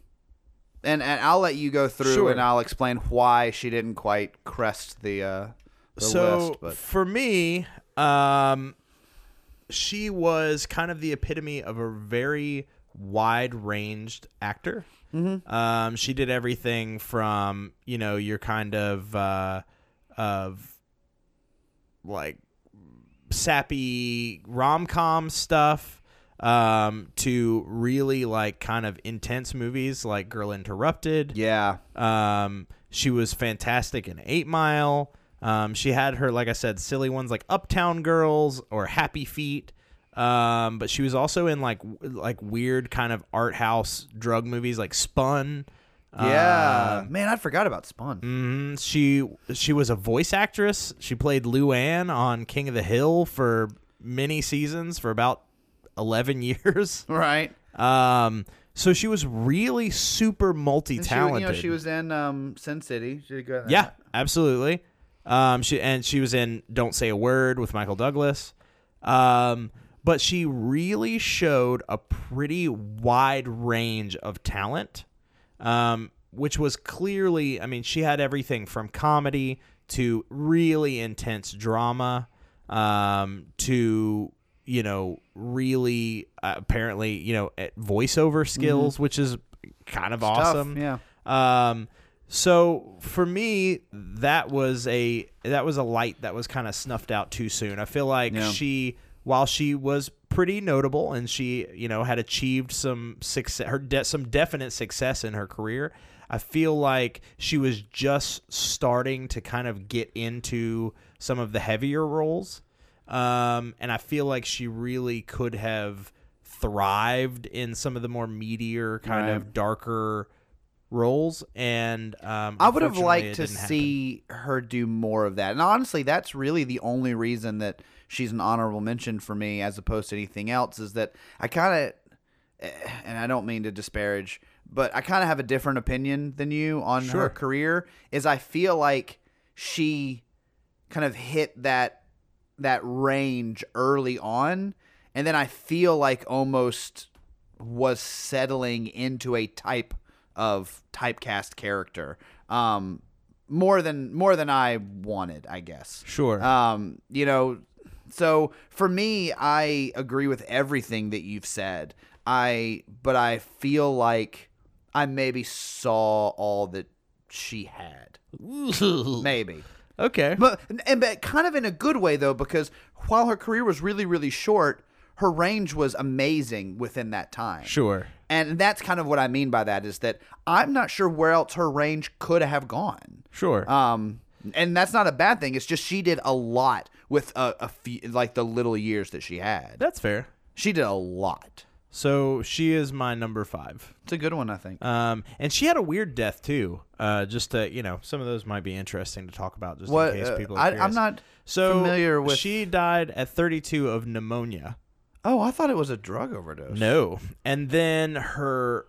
[SPEAKER 4] and, and I'll let you go through
[SPEAKER 3] Sure.
[SPEAKER 4] and I'll explain why she didn't quite crest the, uh, the
[SPEAKER 3] so
[SPEAKER 4] list. But
[SPEAKER 3] for me, um, she was kind of the epitome of a very wide-ranged actor.
[SPEAKER 4] Mm-hmm.
[SPEAKER 3] Um, she did everything from you know your kind of uh, of like sappy rom com stuff um, to really like kind of intense movies like Girl Interrupted.
[SPEAKER 4] yeah,
[SPEAKER 3] Um, she was fantastic in Eight Mile. Um, she had her, like I said, silly ones like Uptown Girls or Happy Feet. Um, but she was also in like w- like weird kind of art house drug movies like Spun.
[SPEAKER 4] yeah, Uh, Mm. man, I forgot about Spawn.
[SPEAKER 3] Um, she she was a voice actress. She played Luann on King of the Hill for many seasons for about eleven years.
[SPEAKER 4] Right.
[SPEAKER 3] Um, so she was really super multi
[SPEAKER 4] And She, you
[SPEAKER 3] talented.
[SPEAKER 4] know, she was in um, Sin City. She did good in
[SPEAKER 3] Yeah,
[SPEAKER 4] that.
[SPEAKER 3] absolutely. Um, she and she was in "Don't Say a Word" with Michael Douglas. Um, but she really showed a pretty wide range of talent, um, which was clearly. I mean, she had everything from comedy to really intense drama um, to you know really uh, apparently you know at voiceover skills, which is kind of awesome.
[SPEAKER 4] Mm-hmm. yeah.
[SPEAKER 3] Um, so for me, that was a that was a light that was kind of snuffed out too soon. I feel like
[SPEAKER 4] Yeah.
[SPEAKER 3] she, while she was pretty notable and she, you know, had achieved some success, her de- some definite success in her career. I feel like she was just starting to kind of get into some of the heavier roles, um, and I feel like she really could have thrived in some of the more meatier kind of darker roles and um,
[SPEAKER 4] I would have
[SPEAKER 3] unfortunately,
[SPEAKER 4] liked
[SPEAKER 3] it
[SPEAKER 4] to
[SPEAKER 3] didn't happen.
[SPEAKER 4] see her do more of that. And honestly, that's really the only reason that she's an honorable mention for me as opposed to anything else is that I kind of, and I don't mean to disparage, but I kind of have a different opinion than you on her
[SPEAKER 3] Sure.
[SPEAKER 4] career. Is I feel like she kind of hit that that range early on, and then I feel like almost was settling into a type of typecast character. Um, more than more than I wanted, I guess.
[SPEAKER 3] Sure.
[SPEAKER 4] Um, you know, so for me, I agree with everything that you've said. I but I feel like I maybe saw all that she had. Maybe.
[SPEAKER 3] okay.
[SPEAKER 4] But and but kind of in a good way though, because while her career was really really short, her range was amazing within that time.
[SPEAKER 3] Sure.
[SPEAKER 4] And that's kind of what I mean by that is that I'm not sure where else her range could have gone.
[SPEAKER 3] Sure.
[SPEAKER 4] Um, and that's not a bad thing. It's just she did a lot with a, a few, like the little years that she had.
[SPEAKER 3] That's fair.
[SPEAKER 4] She did a lot.
[SPEAKER 3] So she is my number five.
[SPEAKER 4] It's a good one, I think.
[SPEAKER 3] Um, and she had a weird death too. Uh, just to, you know, some of those might be interesting to talk about just
[SPEAKER 4] What-
[SPEAKER 3] in case
[SPEAKER 4] uh,
[SPEAKER 3] people. Are
[SPEAKER 4] I- I'm
[SPEAKER 3] curious.
[SPEAKER 4] not
[SPEAKER 3] so
[SPEAKER 4] familiar with-
[SPEAKER 3] She died at 32 of pneumonia.
[SPEAKER 4] oh, I thought it was a drug overdose.
[SPEAKER 3] No, and then her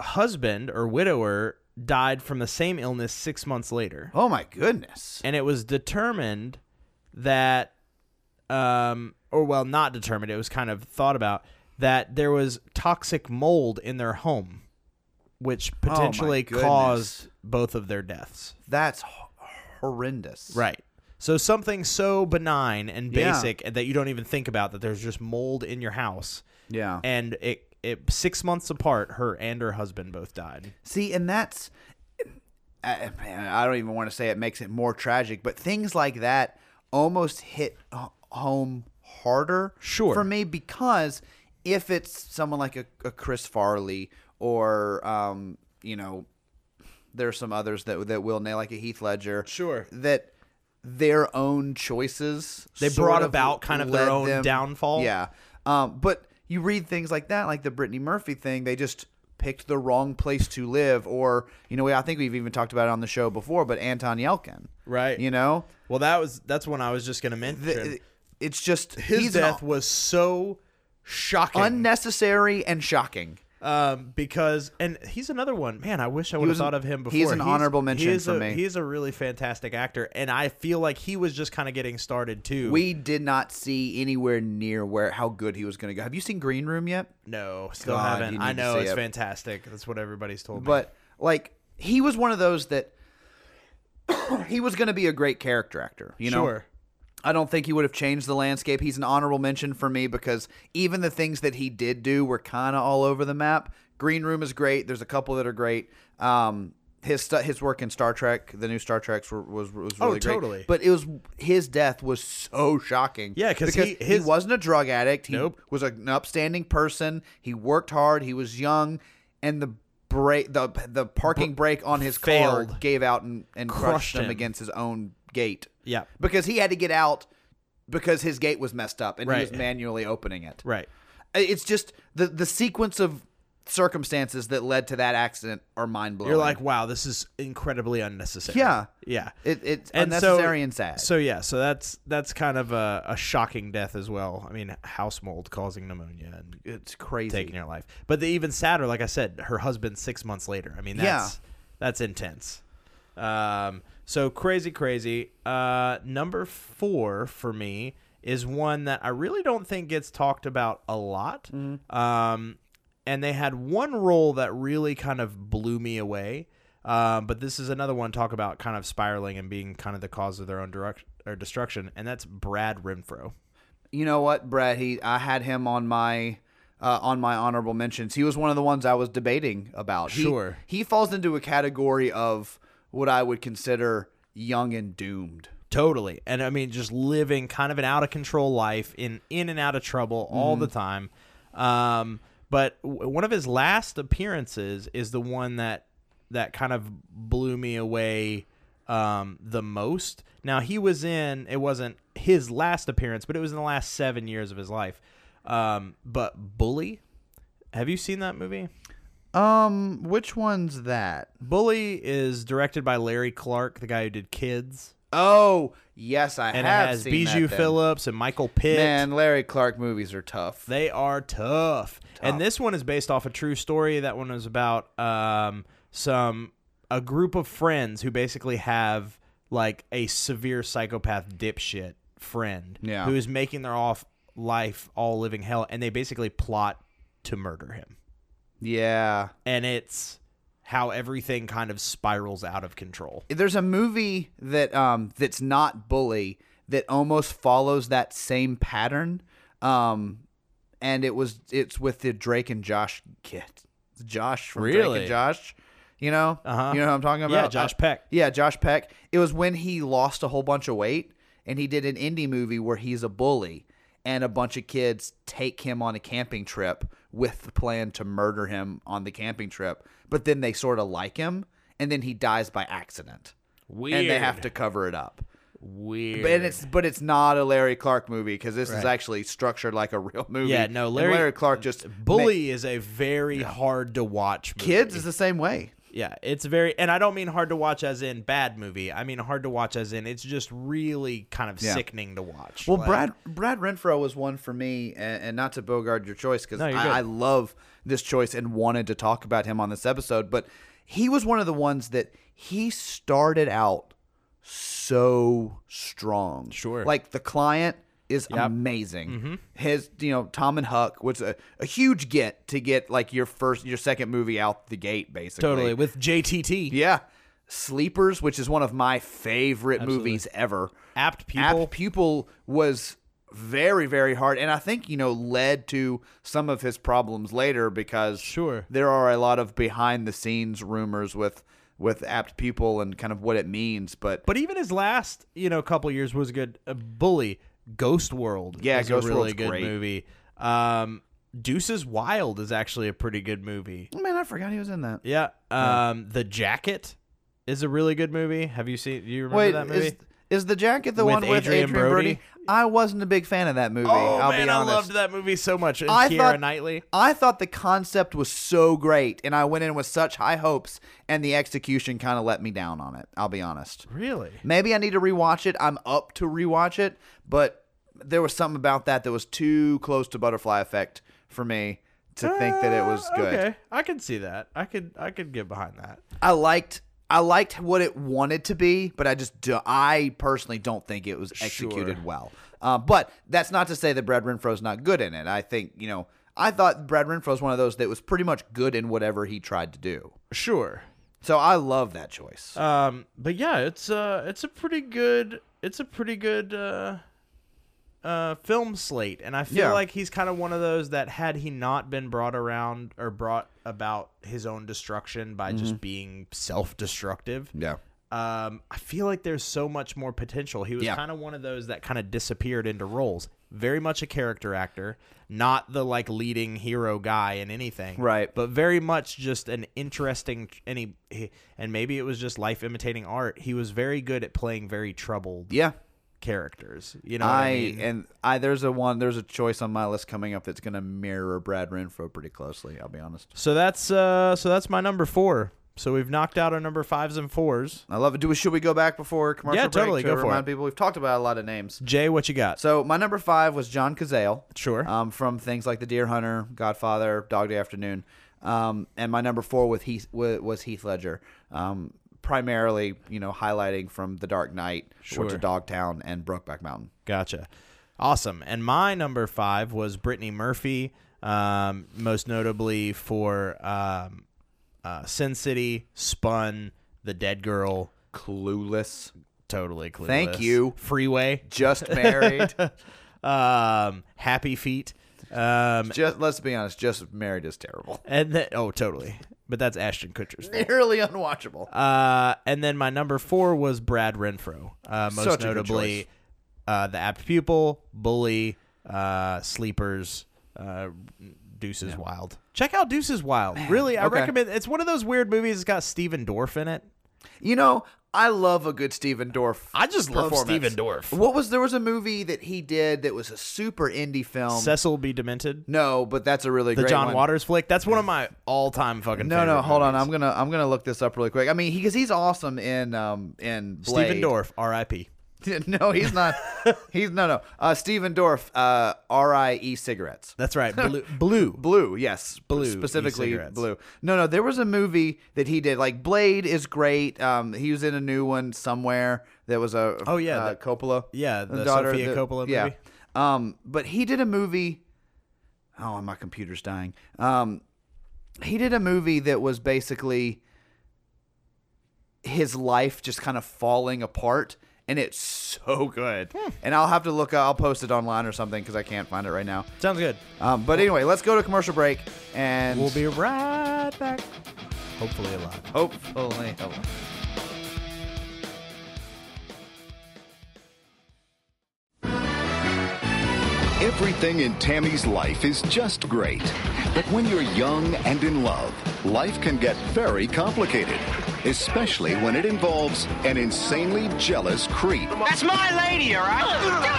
[SPEAKER 3] husband or widower died from the same illness six months later,
[SPEAKER 4] Oh my goodness.
[SPEAKER 3] and it was determined that, um, or well, not determined. It was kind of thought about that there was toxic mold in their home, which
[SPEAKER 4] Oh my
[SPEAKER 3] potentially
[SPEAKER 4] goodness.
[SPEAKER 3] caused both of their deaths.
[SPEAKER 4] That's h- horrendous.
[SPEAKER 3] Right. So something so benign and
[SPEAKER 4] Yeah.
[SPEAKER 3] basic that you don't even think about that there's just mold in your house.
[SPEAKER 4] Yeah.
[SPEAKER 3] And it it six months apart, her and her husband both died.
[SPEAKER 4] See, and that's I, man, I don't even want to say it makes it more tragic, but things like that almost hit h- home harder
[SPEAKER 3] Sure.
[SPEAKER 4] for me because if it's someone like a, a Chris Farley or um, you know, there's some others that that will nail like a Heath Ledger,
[SPEAKER 3] Sure.
[SPEAKER 4] that their own choices
[SPEAKER 3] They
[SPEAKER 4] sort
[SPEAKER 3] brought about kind of their
[SPEAKER 4] led
[SPEAKER 3] own
[SPEAKER 4] them-
[SPEAKER 3] downfall.
[SPEAKER 4] Yeah, um, but you read things like that, like the Brittany Murphy thing. They just picked the wrong place to live, or you know, I think we've even talked about it on the show before. But Anton Yelkin,
[SPEAKER 3] Right.
[SPEAKER 4] You know,
[SPEAKER 3] Well, that was that's when I was just gonna mention
[SPEAKER 4] the, it's just
[SPEAKER 3] his
[SPEAKER 4] he's an
[SPEAKER 3] death was so shocking.
[SPEAKER 4] unnecessary and shocking.
[SPEAKER 3] um, because and he's another one. Man, I wish I would have
[SPEAKER 4] was an-
[SPEAKER 3] thought of him before.
[SPEAKER 4] he's an honorable mention
[SPEAKER 3] he is
[SPEAKER 4] for
[SPEAKER 3] a,
[SPEAKER 4] me.
[SPEAKER 3] He's a really fantastic actor, and I feel like he was just kind of getting started too.
[SPEAKER 4] We did not see anywhere near where how good he was going to go. Have you seen Green Room yet?
[SPEAKER 3] No, still
[SPEAKER 4] God, you
[SPEAKER 3] haven't.
[SPEAKER 4] need
[SPEAKER 3] I
[SPEAKER 4] to
[SPEAKER 3] know
[SPEAKER 4] see
[SPEAKER 3] it's
[SPEAKER 4] it.
[SPEAKER 3] fantastic. That's what everybody's told me.
[SPEAKER 4] But like he was one of those that he was going to be a great character actor. You know,
[SPEAKER 3] sure,
[SPEAKER 4] I don't think he would have changed the landscape. He's an honorable mention for me because even the things that he did do were kind of all over the map. Green Room is great. There's a couple that are great. Um, his stu- his work in Star Trek, the new Star Trek, was was really great.
[SPEAKER 3] Oh, totally.
[SPEAKER 4] But it was his death was so shocking.
[SPEAKER 3] Yeah, 'cause
[SPEAKER 4] because
[SPEAKER 3] he- his-
[SPEAKER 4] wasn't a drug addict. He
[SPEAKER 3] Nope.
[SPEAKER 4] was an upstanding person. He worked hard. He was young, and the break the the parking brake on his car
[SPEAKER 3] failed.
[SPEAKER 4] gave out and, and crushed,
[SPEAKER 3] Crushed
[SPEAKER 4] him
[SPEAKER 3] him.
[SPEAKER 4] against his own gate
[SPEAKER 3] Yeah.
[SPEAKER 4] because he had to get out because his gate was messed up and he was
[SPEAKER 3] Right.
[SPEAKER 4] manually opening it.
[SPEAKER 3] right.
[SPEAKER 4] It's just the the sequence of circumstances that led to that accident are mind blowing.
[SPEAKER 3] You're like, wow, this is incredibly unnecessary.
[SPEAKER 4] oh, Yeah.
[SPEAKER 3] yeah.
[SPEAKER 4] it, it's
[SPEAKER 3] And so-
[SPEAKER 4] unnecessary and sad.
[SPEAKER 3] So yeah, so that's that's kind of a, a shocking death as well. I mean, house mold causing pneumonia and
[SPEAKER 4] it's crazy.
[SPEAKER 3] taking your life. But the even sadder, like I said, her husband six months later. I mean,
[SPEAKER 4] Yeah.
[SPEAKER 3] that's that's intense. Um, so crazy, crazy. Uh, number four for me is one that I really don't think gets talked about a lot.
[SPEAKER 4] Mm-hmm.
[SPEAKER 3] Um, and they had one role that really kind of blew me away. Um, but this is another one talk about kind of spiraling and being kind of the cause of their own direct or destruction, and that's Brad Renfro.
[SPEAKER 4] you know what, Brad? He I had him on my uh, on my honorable mentions. He was one of the ones I was debating about. He-
[SPEAKER 3] Sure.
[SPEAKER 4] he falls into a category of what I would consider young and doomed.
[SPEAKER 3] Totally. And I mean just living kind of an out of control life in in and out of trouble all
[SPEAKER 4] Mm-hmm.
[SPEAKER 3] the time. Um but w- one of his last appearances is the one that that kind of blew me away um the most. Now he was in it wasn't his last appearance, but it was in the last 7 years of his life. Um but Bully have you seen that movie?
[SPEAKER 4] Um, which one's that?
[SPEAKER 3] Bully is directed by Larry Clark, the guy who did Kids,
[SPEAKER 4] Oh, yes, I
[SPEAKER 3] and it
[SPEAKER 4] have
[SPEAKER 3] has
[SPEAKER 4] seen
[SPEAKER 3] Bijou
[SPEAKER 4] that then.
[SPEAKER 3] Phillips and Michael Pitt.
[SPEAKER 4] Man, Larry Clark movies are tough.
[SPEAKER 3] They are tough. And this one is based off a true story. That one is about um, some a group of friends who basically have like a severe psychopath dipshit friend
[SPEAKER 4] Yeah.
[SPEAKER 3] who is making their off life all living hell, and they basically plot to murder him.
[SPEAKER 4] Yeah.
[SPEAKER 3] And it's how everything kind of spirals out of control.
[SPEAKER 4] there's a movie that um that's not bully that almost follows that same pattern um and it was it's with the Drake and Josh kid Josh from Drake
[SPEAKER 3] Really?
[SPEAKER 4] and Josh you know
[SPEAKER 3] Uh-huh.
[SPEAKER 4] you know what I'm talking about
[SPEAKER 3] Yeah, Josh Peck.
[SPEAKER 4] yeah Josh Peck it was when he lost a whole bunch of weight and he did an indie movie where he's a bully and a bunch of kids take him on a camping trip with the plan to murder him on the camping trip but then they sort of like him and then he dies by accident
[SPEAKER 3] Weird.
[SPEAKER 4] and they have to cover it up.
[SPEAKER 3] Weird.
[SPEAKER 4] But and it's but it's not a Larry Clark movie because this is
[SPEAKER 3] Right.
[SPEAKER 4] actually structured like a real movie.
[SPEAKER 3] Yeah, no,
[SPEAKER 4] And
[SPEAKER 3] Larry-
[SPEAKER 4] Clark just ma-
[SPEAKER 3] Bully is a very hard to watch movie.
[SPEAKER 4] kids is the same way.
[SPEAKER 3] Yeah, it's very, and I don't mean hard to watch as in bad movie. I mean hard to watch as in it's just really kind of
[SPEAKER 4] Yeah.
[SPEAKER 3] sickening to watch.
[SPEAKER 4] Well,
[SPEAKER 3] Like-
[SPEAKER 4] Brad Brad Renfro was one for me, and, and not to bogard your choice because
[SPEAKER 3] No, you're good.
[SPEAKER 4] I, I love this choice and wanted to talk about him on this episode. But he was one of the ones that he started out so strong.
[SPEAKER 3] Sure. Mm-hmm.
[SPEAKER 4] like the client is amazing. His you know Tom and Huck was a, a huge get to get like your first your second movie out the gate basically.
[SPEAKER 3] totally with JTT,
[SPEAKER 4] yeah. Sleepers, which is one of my favorite movies ever
[SPEAKER 3] apt people.
[SPEAKER 4] pupil. pupil was very very hard and i think you know led to some of his problems later because
[SPEAKER 3] Sure.
[SPEAKER 4] there are a lot of behind the scenes rumors with with apt pupil and kind of what it means but
[SPEAKER 3] But even his last, you know, couple years was good. Uh, Bully, Ghost World,
[SPEAKER 4] Yeah,
[SPEAKER 3] is
[SPEAKER 4] Ghost
[SPEAKER 3] a really
[SPEAKER 4] World's
[SPEAKER 3] good
[SPEAKER 4] great.
[SPEAKER 3] movie. Um, Deuces Wild is actually a pretty good movie.
[SPEAKER 4] man i forgot he was in that
[SPEAKER 3] Yeah, um, The Jacket is a really good movie. Have you seen? Do you remember
[SPEAKER 4] wait
[SPEAKER 3] that movie?
[SPEAKER 4] is, is the jacket the
[SPEAKER 3] With
[SPEAKER 4] one with
[SPEAKER 3] Adrian
[SPEAKER 4] adrian, brody?
[SPEAKER 3] Brody?
[SPEAKER 4] i wasn't a big fan of that movie
[SPEAKER 3] Oh
[SPEAKER 4] i'll
[SPEAKER 3] man,
[SPEAKER 4] be
[SPEAKER 3] I
[SPEAKER 4] honest
[SPEAKER 3] loved that movie so much. And
[SPEAKER 4] I
[SPEAKER 3] Keira
[SPEAKER 4] thought-
[SPEAKER 3] Knightley.
[SPEAKER 4] I thought the concept was so great, and I went in with such high hopes, and the execution kind of let me down on it. I'll be honest.
[SPEAKER 3] Really?
[SPEAKER 4] Maybe I need to rewatch it. I'm up to rewatch it, but there was something about that that was too close to Butterfly Effect for me to think that it was
[SPEAKER 3] Uh,
[SPEAKER 4] good.
[SPEAKER 3] Okay, I could see that. I could I could get behind that.
[SPEAKER 4] I liked I liked what it wanted to be, but I just do, I personally don't think it was executed
[SPEAKER 3] Sure.
[SPEAKER 4] well. Uh, but that's not to say that Brad Renfro's not good in it. I think you know I thought Brad Renfro was one of those that was pretty much good in whatever he tried to do.
[SPEAKER 3] Sure.
[SPEAKER 4] So I love that choice.
[SPEAKER 3] Um, but yeah, it's uh it's a pretty good it's a pretty good uh uh film slate and I feel
[SPEAKER 4] Yeah.
[SPEAKER 3] like he's kind of one of those that had he not been brought around or brought about his own destruction by just being self-destructive.
[SPEAKER 4] Mm-hmm. yeah,
[SPEAKER 3] Um I feel like there's so much more potential. He was
[SPEAKER 4] Yeah.
[SPEAKER 3] kind of one of those that kind of disappeared into roles. Very much a character actor, not the like leading hero guy in anything
[SPEAKER 4] Right.
[SPEAKER 3] but very much just an interesting and he, he and maybe it was just life imitating art he was very good at playing very troubled
[SPEAKER 4] yeah.
[SPEAKER 3] characters you know what
[SPEAKER 4] I
[SPEAKER 3] I, mean?
[SPEAKER 4] and I there's a one there's a choice on my list coming up that's gonna mirror Brad Renfro pretty closely. I'll be honest.
[SPEAKER 3] so that's uh so that's my number four so we've knocked out our number fives and fours
[SPEAKER 4] I love it. Do we should we go back before commercial
[SPEAKER 3] Yeah,
[SPEAKER 4] break
[SPEAKER 3] totally.
[SPEAKER 4] to
[SPEAKER 3] Go for
[SPEAKER 4] remind
[SPEAKER 3] it.
[SPEAKER 4] people we've talked about a lot of names.
[SPEAKER 3] jay what you got
[SPEAKER 4] So my number five was John Cazale.
[SPEAKER 3] Sure.
[SPEAKER 4] Um, from things like The Deer Hunter, Godfather, Dog Day Afternoon. Um, and my number four with Heath wa- was Heath Ledger. Um, primarily, you know, highlighting from The Dark Knight,
[SPEAKER 3] Sure.
[SPEAKER 4] to Dogtown, and Brokeback Mountain.
[SPEAKER 3] gotcha awesome and my number five was brittany murphy um most notably for um uh sin city spun the dead girl
[SPEAKER 4] Clueless,
[SPEAKER 3] totally clueless.
[SPEAKER 4] Thank you.
[SPEAKER 3] freeway
[SPEAKER 4] just married.
[SPEAKER 3] um, Happy Feet, um,
[SPEAKER 4] just let's be honest, just married is terrible.
[SPEAKER 3] and then oh, totally. But that's Ashton Kutcher's. fault.
[SPEAKER 4] Nearly unwatchable.
[SPEAKER 3] Uh, and then my number four was Brad Renfro, uh, most
[SPEAKER 4] Such a good choice.
[SPEAKER 3] notably uh, the Apt Pupil, Bully, uh, Sleepers, uh, Deuces Wild. Check out Deuces Wild. really, I
[SPEAKER 4] okay.
[SPEAKER 3] recommend. It's one of those weird movies. It's got Steven Dorff in it.
[SPEAKER 4] You know, I love a good Steven Dorff.
[SPEAKER 3] I just love
[SPEAKER 4] performance.
[SPEAKER 3] Steven Dorff.
[SPEAKER 4] What was there was a movie that he did that was a super indie film.
[SPEAKER 3] Cecil B. Demented,
[SPEAKER 4] no, but that's a really
[SPEAKER 3] the
[SPEAKER 4] great
[SPEAKER 3] John
[SPEAKER 4] one.
[SPEAKER 3] Waters flick. That's one of my all-time fucking.
[SPEAKER 4] No,
[SPEAKER 3] favorite
[SPEAKER 4] no, hold on.
[SPEAKER 3] movies.
[SPEAKER 4] I'm gonna I'm gonna look this up really quick. I mean, because he's awesome in um in Blade.
[SPEAKER 3] Steven Dorff, R.I.P.
[SPEAKER 4] no, he's not. he's no no. Uh, Steven Dorff. Uh, R I E cigarettes.
[SPEAKER 3] That's right. Blue. blue.
[SPEAKER 4] Blue, yes,
[SPEAKER 3] Blue e
[SPEAKER 4] specifically
[SPEAKER 3] e-cigarettes.
[SPEAKER 4] blue. No, no, there was a movie that he did. Like Blade is great. Um, he was in a new one somewhere That was a
[SPEAKER 3] Oh, yeah,
[SPEAKER 4] uh,
[SPEAKER 3] the-
[SPEAKER 4] Coppola
[SPEAKER 3] yeah, the Sofia Coppola
[SPEAKER 4] yeah.
[SPEAKER 3] movie.
[SPEAKER 4] Um, but he did a movie. Oh, my computer's dying. Um, he did a movie that was basically his life just kind of falling apart, and it's so good.
[SPEAKER 3] Hmm.
[SPEAKER 4] And I'll have to look. I'll post it online or something because I can't find it right now.
[SPEAKER 3] Sounds good.
[SPEAKER 4] Um, but anyway, let's go to commercial break, and
[SPEAKER 3] We'll be right back. Hopefully alive.
[SPEAKER 4] Oh.
[SPEAKER 3] Oh,
[SPEAKER 4] hopefully.
[SPEAKER 7] Everything in Tammy's life is just great. But when you're young and in love, life can get very complicated, especially when it involves an insanely jealous creep.
[SPEAKER 6] That's my lady, all right?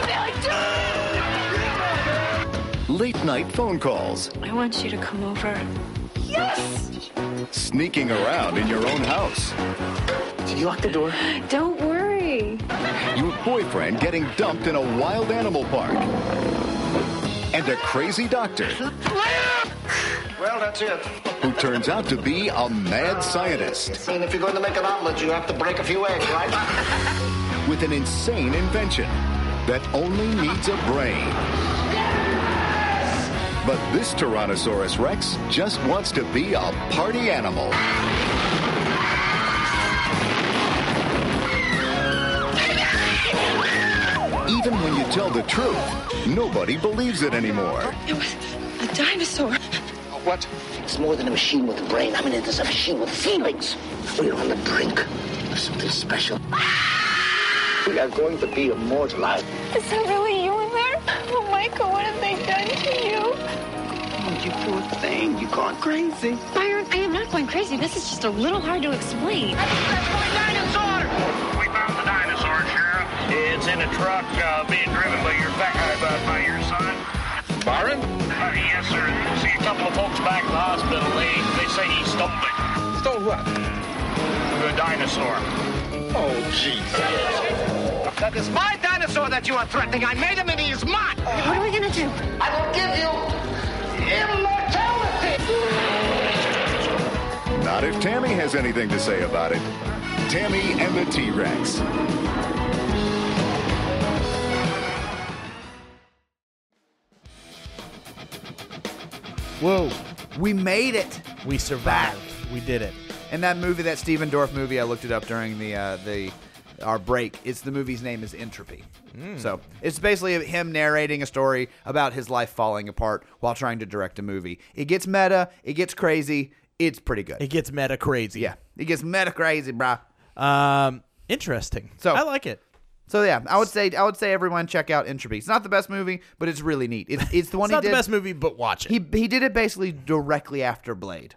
[SPEAKER 7] Late night phone calls,
[SPEAKER 8] I want you to come over.
[SPEAKER 7] sneaking around in your own house,
[SPEAKER 8] Don't worry.
[SPEAKER 7] your boyfriend getting dumped in a wild animal park, and a crazy doctor. Well, that's it. Who turns out to be a mad scientist.
[SPEAKER 9] I mean, if you're going to make an omelet, you have to break a few eggs, right?
[SPEAKER 7] with an insane invention that only needs a brain. But this Tyrannosaurus Rex just wants to be a party animal. Even when you tell the truth, nobody believes it anymore.
[SPEAKER 8] It was a dinosaur.
[SPEAKER 9] What? It's more than a machine with a brain. I mean, it is a machine with feelings. We're on the brink of something special. We are going to be immortalized.
[SPEAKER 8] Is that really you in there? Oh, Michael, what have they done to you?
[SPEAKER 9] Oh, You poor thing. You've gone crazy.
[SPEAKER 5] Byron, I am not going crazy. This is just a little hard to explain.
[SPEAKER 10] We found the dinosaur, Sheriff. It's in a truck uh, being driven by your back uh, by, by your son. Byron? Uh, yes, sir. See a couple of folks back in the hospital. They they say he stole it. Stole what? The dinosaur.
[SPEAKER 2] Oh, jeez.
[SPEAKER 10] That is my dinosaur that you are threatening. I made him and he is mine.
[SPEAKER 5] What are we gonna do?
[SPEAKER 9] I will give you immortality.
[SPEAKER 7] Not if Tammy has anything to say about it. Tammy and the T Rex.
[SPEAKER 4] Whoa, we made it.
[SPEAKER 3] We survived. We did it.
[SPEAKER 4] And that movie, that Steven Dorff movie, I looked it up during the uh, the our break. It's the movie's name is Entropy.
[SPEAKER 3] Hmm.
[SPEAKER 4] So it's basically him narrating a story about his life falling apart while trying to direct a movie. It gets meta. It gets crazy. It's pretty good.
[SPEAKER 3] It gets meta crazy.
[SPEAKER 4] yeah, it gets meta crazy, bruh.
[SPEAKER 3] Um, interesting.
[SPEAKER 4] So-
[SPEAKER 3] I like it.
[SPEAKER 4] So yeah, I would say I would say everyone check out Entropy. It's not the best movie, but it's really neat. It's, it's the one
[SPEAKER 3] It's
[SPEAKER 4] he
[SPEAKER 3] not
[SPEAKER 4] did.
[SPEAKER 3] the best movie, but watch it.
[SPEAKER 4] He he did it basically directly after Blade.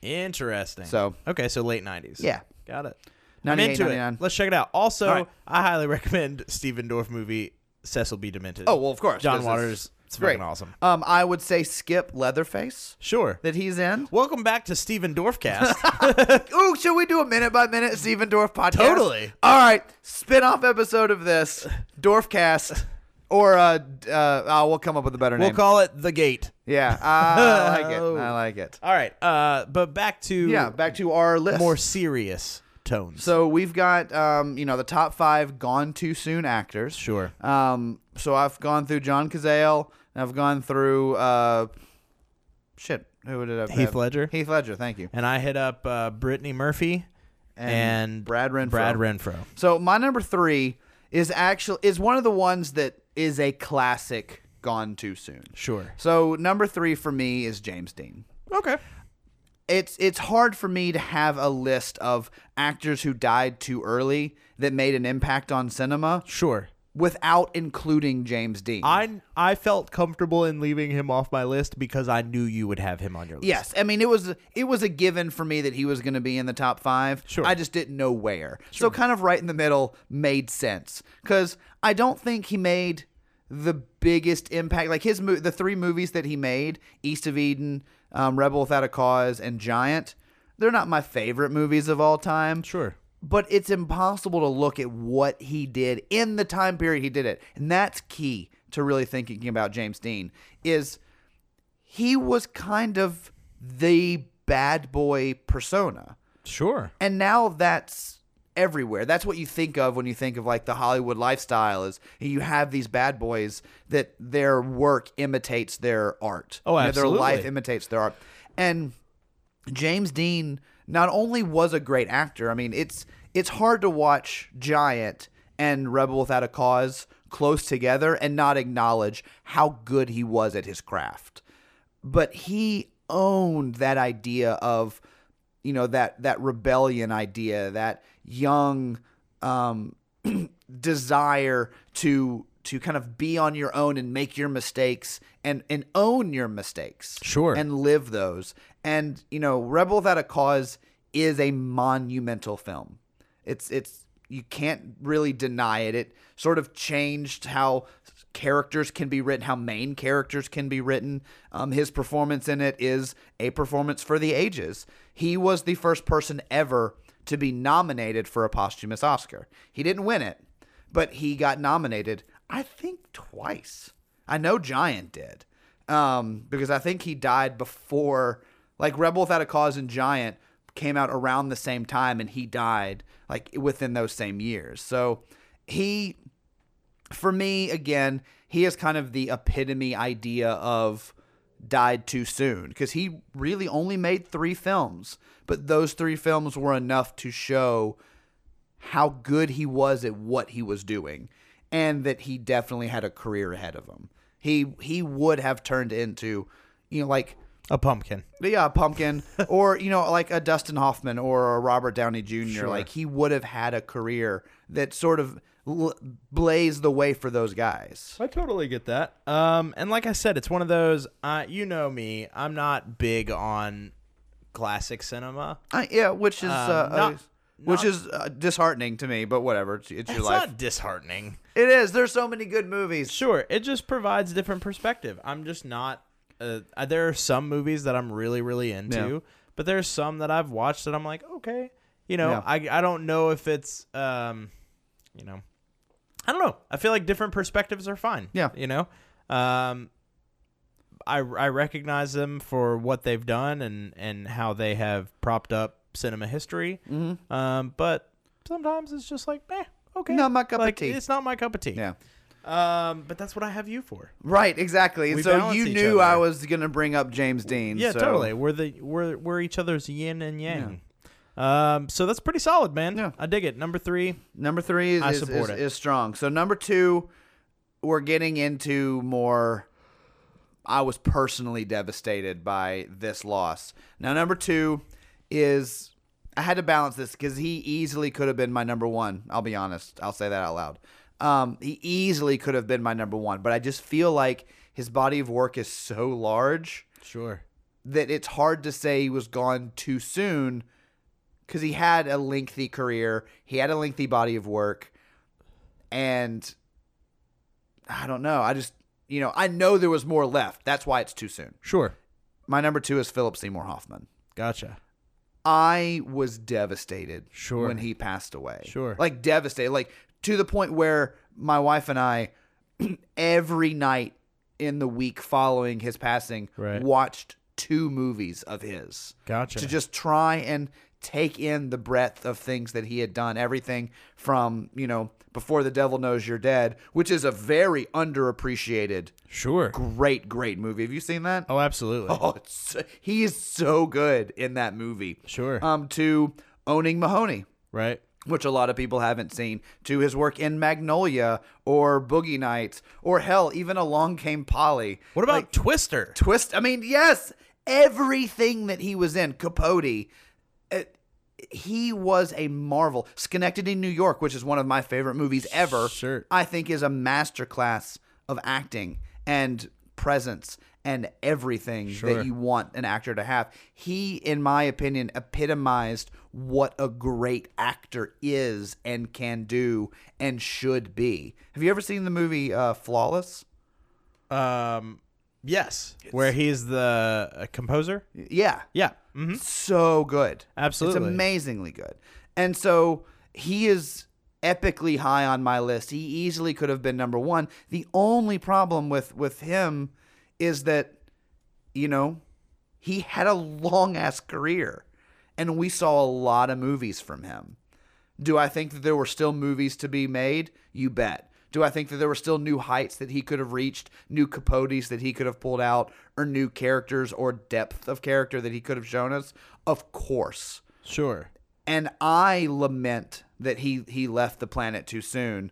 [SPEAKER 3] interesting.
[SPEAKER 4] So-
[SPEAKER 3] okay, so late nineties.
[SPEAKER 4] Yeah.
[SPEAKER 3] got it. I'm
[SPEAKER 4] 98,
[SPEAKER 3] into
[SPEAKER 4] 99.
[SPEAKER 3] it. Let's check it out. Also,
[SPEAKER 4] All right.
[SPEAKER 3] I highly recommend Steven Dorff movie Cecil B. Demented.
[SPEAKER 4] Oh well, of course.
[SPEAKER 3] John
[SPEAKER 4] this is-
[SPEAKER 3] Waters. It's fucking awesome.
[SPEAKER 4] Um, I would say skip Leatherface
[SPEAKER 3] Sure.
[SPEAKER 4] that he's in.
[SPEAKER 3] Welcome back to Steven Dorffcast.
[SPEAKER 4] Ooh, should we do a minute by minute Steven Dorff podcast?
[SPEAKER 3] Totally.
[SPEAKER 4] All right, spin off episode of this Dorfcast, or uh, d- uh, oh, we'll come up with a better
[SPEAKER 3] we'll
[SPEAKER 4] name.
[SPEAKER 3] call Oh. it the Gate.
[SPEAKER 4] yeah, I like it. I like it.
[SPEAKER 3] All right. Uh, but back to
[SPEAKER 4] Yeah, back to our list.
[SPEAKER 3] more serious tones.
[SPEAKER 4] So we've got um, you know the top five gone too soon actors.
[SPEAKER 3] Sure.
[SPEAKER 4] Um, so I've gone through John Cazale. and I've gone through uh, shit. Who did I
[SPEAKER 3] Heath Ledger?
[SPEAKER 4] Heath Ledger. Thank you.
[SPEAKER 3] and I hit up uh, Brittany Murphy and,
[SPEAKER 4] Brad Renfro.
[SPEAKER 3] Brad Renfro.
[SPEAKER 4] So my number three is actually is one of the ones that is a classic gone too soon.
[SPEAKER 3] Sure.
[SPEAKER 4] So number three for me is James Dean.
[SPEAKER 3] Okay.
[SPEAKER 4] It's it's hard for me to have a list of actors who died too early that made an impact on cinema
[SPEAKER 3] Sure.
[SPEAKER 4] without including James Dean.
[SPEAKER 3] I I felt comfortable in leaving him off my list because I knew you would have him on your list.
[SPEAKER 4] Yes, I mean it was it was a given for me that he was going to be in the top five.
[SPEAKER 3] Sure.
[SPEAKER 4] I just didn't know where. So kind of right in the middle made sense because I don't think he made the biggest impact. Like his mo- the three movies that he made, East of Eden, um, Rebel Without a Cause, and Giant. They're not my favorite movies of all time.
[SPEAKER 3] Sure.
[SPEAKER 4] But it's impossible to look at what he did in the time period he did it. And that's key to really thinking about James Dean is he was kind of the bad boy persona.
[SPEAKER 3] Sure.
[SPEAKER 4] And now that's everywhere. That's what you think of when you think of like the Hollywood lifestyle is you have these bad boys that their work imitates their art.
[SPEAKER 3] Oh,
[SPEAKER 4] You know,
[SPEAKER 3] absolutely.
[SPEAKER 4] their life imitates their art. And James Dean not only was a great actor, I mean, it's it's hard to watch Giant and Rebel Without a Cause close together and not acknowledge how good he was at his craft. But he owned that idea of you know that that rebellion idea, that young um desire to to kind of be on your own and make your mistakes and and own your mistakes
[SPEAKER 3] Sure.
[SPEAKER 4] and live those and you know rebel without a cause is a monumental film it's it's you can't really deny it it sort of changed how characters can be written how main characters can be written um, his performance in it is a performance for the ages he was the first person ever to be nominated for a posthumous oscar he didn't win it but he got nominated, I think, twice. I know Giant did, um, because I think he died before, like Rebel Without a Cause and Giant came out around the same time, and he died like within those same years. So he, for me, again, he is kind of the epitome idea of died too soon because he really only made three films, but those three films were enough to show how good he was at what he was doing and that he definitely had a career ahead of him. He he would have turned into, you know, like
[SPEAKER 3] A pumpkin.
[SPEAKER 4] yeah, a pumpkin or you know, like a Dustin Hoffman or a Robert Downey Jr. Like he would have had a career that sort of l- blazed the way for those guys.
[SPEAKER 3] I totally get that. Um, and like I said, it's one of those. Uh, you know me. I'm not big on classic cinema.
[SPEAKER 4] Uh, yeah, which is uh,
[SPEAKER 3] Um, not-
[SPEAKER 4] uh, which
[SPEAKER 3] not-
[SPEAKER 4] is uh, disheartening to me, but whatever. It's, it's your
[SPEAKER 3] it's
[SPEAKER 4] life.
[SPEAKER 3] not disheartening.
[SPEAKER 4] it is. There's so many good movies.
[SPEAKER 3] Sure, it just provides different perspective. I'm just not. Uh, uh, there are some movies that I'm really, really into,
[SPEAKER 4] Yeah.
[SPEAKER 3] but there's some that I've watched that I'm like, okay, you know,
[SPEAKER 4] Yeah.
[SPEAKER 3] I I don't know if it's, um, you know, I don't know. I feel like different perspectives are fine.
[SPEAKER 4] Yeah.
[SPEAKER 3] you know, um, I I recognize them for what they've done and and how they have propped up cinema history. Mm-hmm. Um, but sometimes it's just like, eh, okay,
[SPEAKER 4] Not my cup of
[SPEAKER 3] Like,
[SPEAKER 4] tea.
[SPEAKER 3] It's not my cup of tea.
[SPEAKER 4] Yeah.
[SPEAKER 3] Um, but that's what I have you for.
[SPEAKER 4] Right, exactly. And
[SPEAKER 3] We
[SPEAKER 4] so
[SPEAKER 3] balance
[SPEAKER 4] you
[SPEAKER 3] each
[SPEAKER 4] knew I
[SPEAKER 3] other.
[SPEAKER 4] was going to bring up James Dean.
[SPEAKER 3] Yeah,
[SPEAKER 4] so-
[SPEAKER 3] totally. We're the we're we're each other's yin and yang. Um, so that's pretty solid, man.
[SPEAKER 4] Yeah.
[SPEAKER 3] I dig it. Number three.
[SPEAKER 4] Number three is,
[SPEAKER 3] I
[SPEAKER 4] is,
[SPEAKER 3] support
[SPEAKER 4] is,
[SPEAKER 3] it.
[SPEAKER 4] is strong. So number two, we're getting into more. I was personally devastated by this loss. Now number two is I had to balance this because he easily could have been my number one. I'll be honest. I'll say that out loud. Um, he easily could have been my number one, but I just feel like his body of work is so large
[SPEAKER 3] Sure.
[SPEAKER 4] that it's hard to say he was gone too soon because he had a lengthy career, he had a lengthy body of work, and I don't know. I just, you know, I know there was more left. That's why it's too soon.
[SPEAKER 3] Sure.
[SPEAKER 4] My number two is Philip Seymour Hoffman.
[SPEAKER 3] Gotcha.
[SPEAKER 4] I was devastated
[SPEAKER 3] Sure.
[SPEAKER 4] when he passed away.
[SPEAKER 3] Sure.
[SPEAKER 4] Like devastated. Like to the point where my wife and I every night in the week following his passing
[SPEAKER 3] Right.
[SPEAKER 4] watched two movies of his
[SPEAKER 3] Gotcha.
[SPEAKER 4] to just try and take in the breadth of things that he had done. Everything from, you know, Before the Devil Knows You're Dead, which is a very underappreciated,
[SPEAKER 3] sure.
[SPEAKER 4] great, great movie. Have you seen that?
[SPEAKER 3] Oh, absolutely.
[SPEAKER 4] Oh, it's so, he is so good in that movie.
[SPEAKER 3] Sure.
[SPEAKER 4] Um, to owning Mahoney,
[SPEAKER 3] Right.
[SPEAKER 4] which a lot of people haven't seen, to his work in Magnolia or Boogie Nights or hell, even Along Came Polly.
[SPEAKER 3] What about
[SPEAKER 4] Like,
[SPEAKER 3] Twister?
[SPEAKER 4] Twist? I mean, yes, everything that he was in, Capote. it- he was a marvel. Schenectady, New York, which is one of my favorite movies ever,
[SPEAKER 3] Sure.
[SPEAKER 4] I think is a masterclass of acting and presence and everything
[SPEAKER 3] Sure.
[SPEAKER 4] that you want an actor to have. He, in my opinion, epitomized what a great actor is and can do and should be. Have you ever seen the movie uh, Flawless?
[SPEAKER 3] um, yes. Where he's the uh, composer.
[SPEAKER 4] Yeah.
[SPEAKER 3] Yeah. hmm
[SPEAKER 4] so good. It's
[SPEAKER 3] Absolutely.
[SPEAKER 4] amazingly good. And so he is epically high on my list. He easily could have been number 1. The only problem with with him is that you know, he had a long ass career and we saw a lot of movies from him. Do I think that there were still movies to be made? You bet. Do I think that there were still new heights that he could have reached, new capotes that he could have pulled out, or new characters or depth of character that he could have shown us? Of course.
[SPEAKER 3] Sure.
[SPEAKER 4] And I lament that he he left the planet too soon.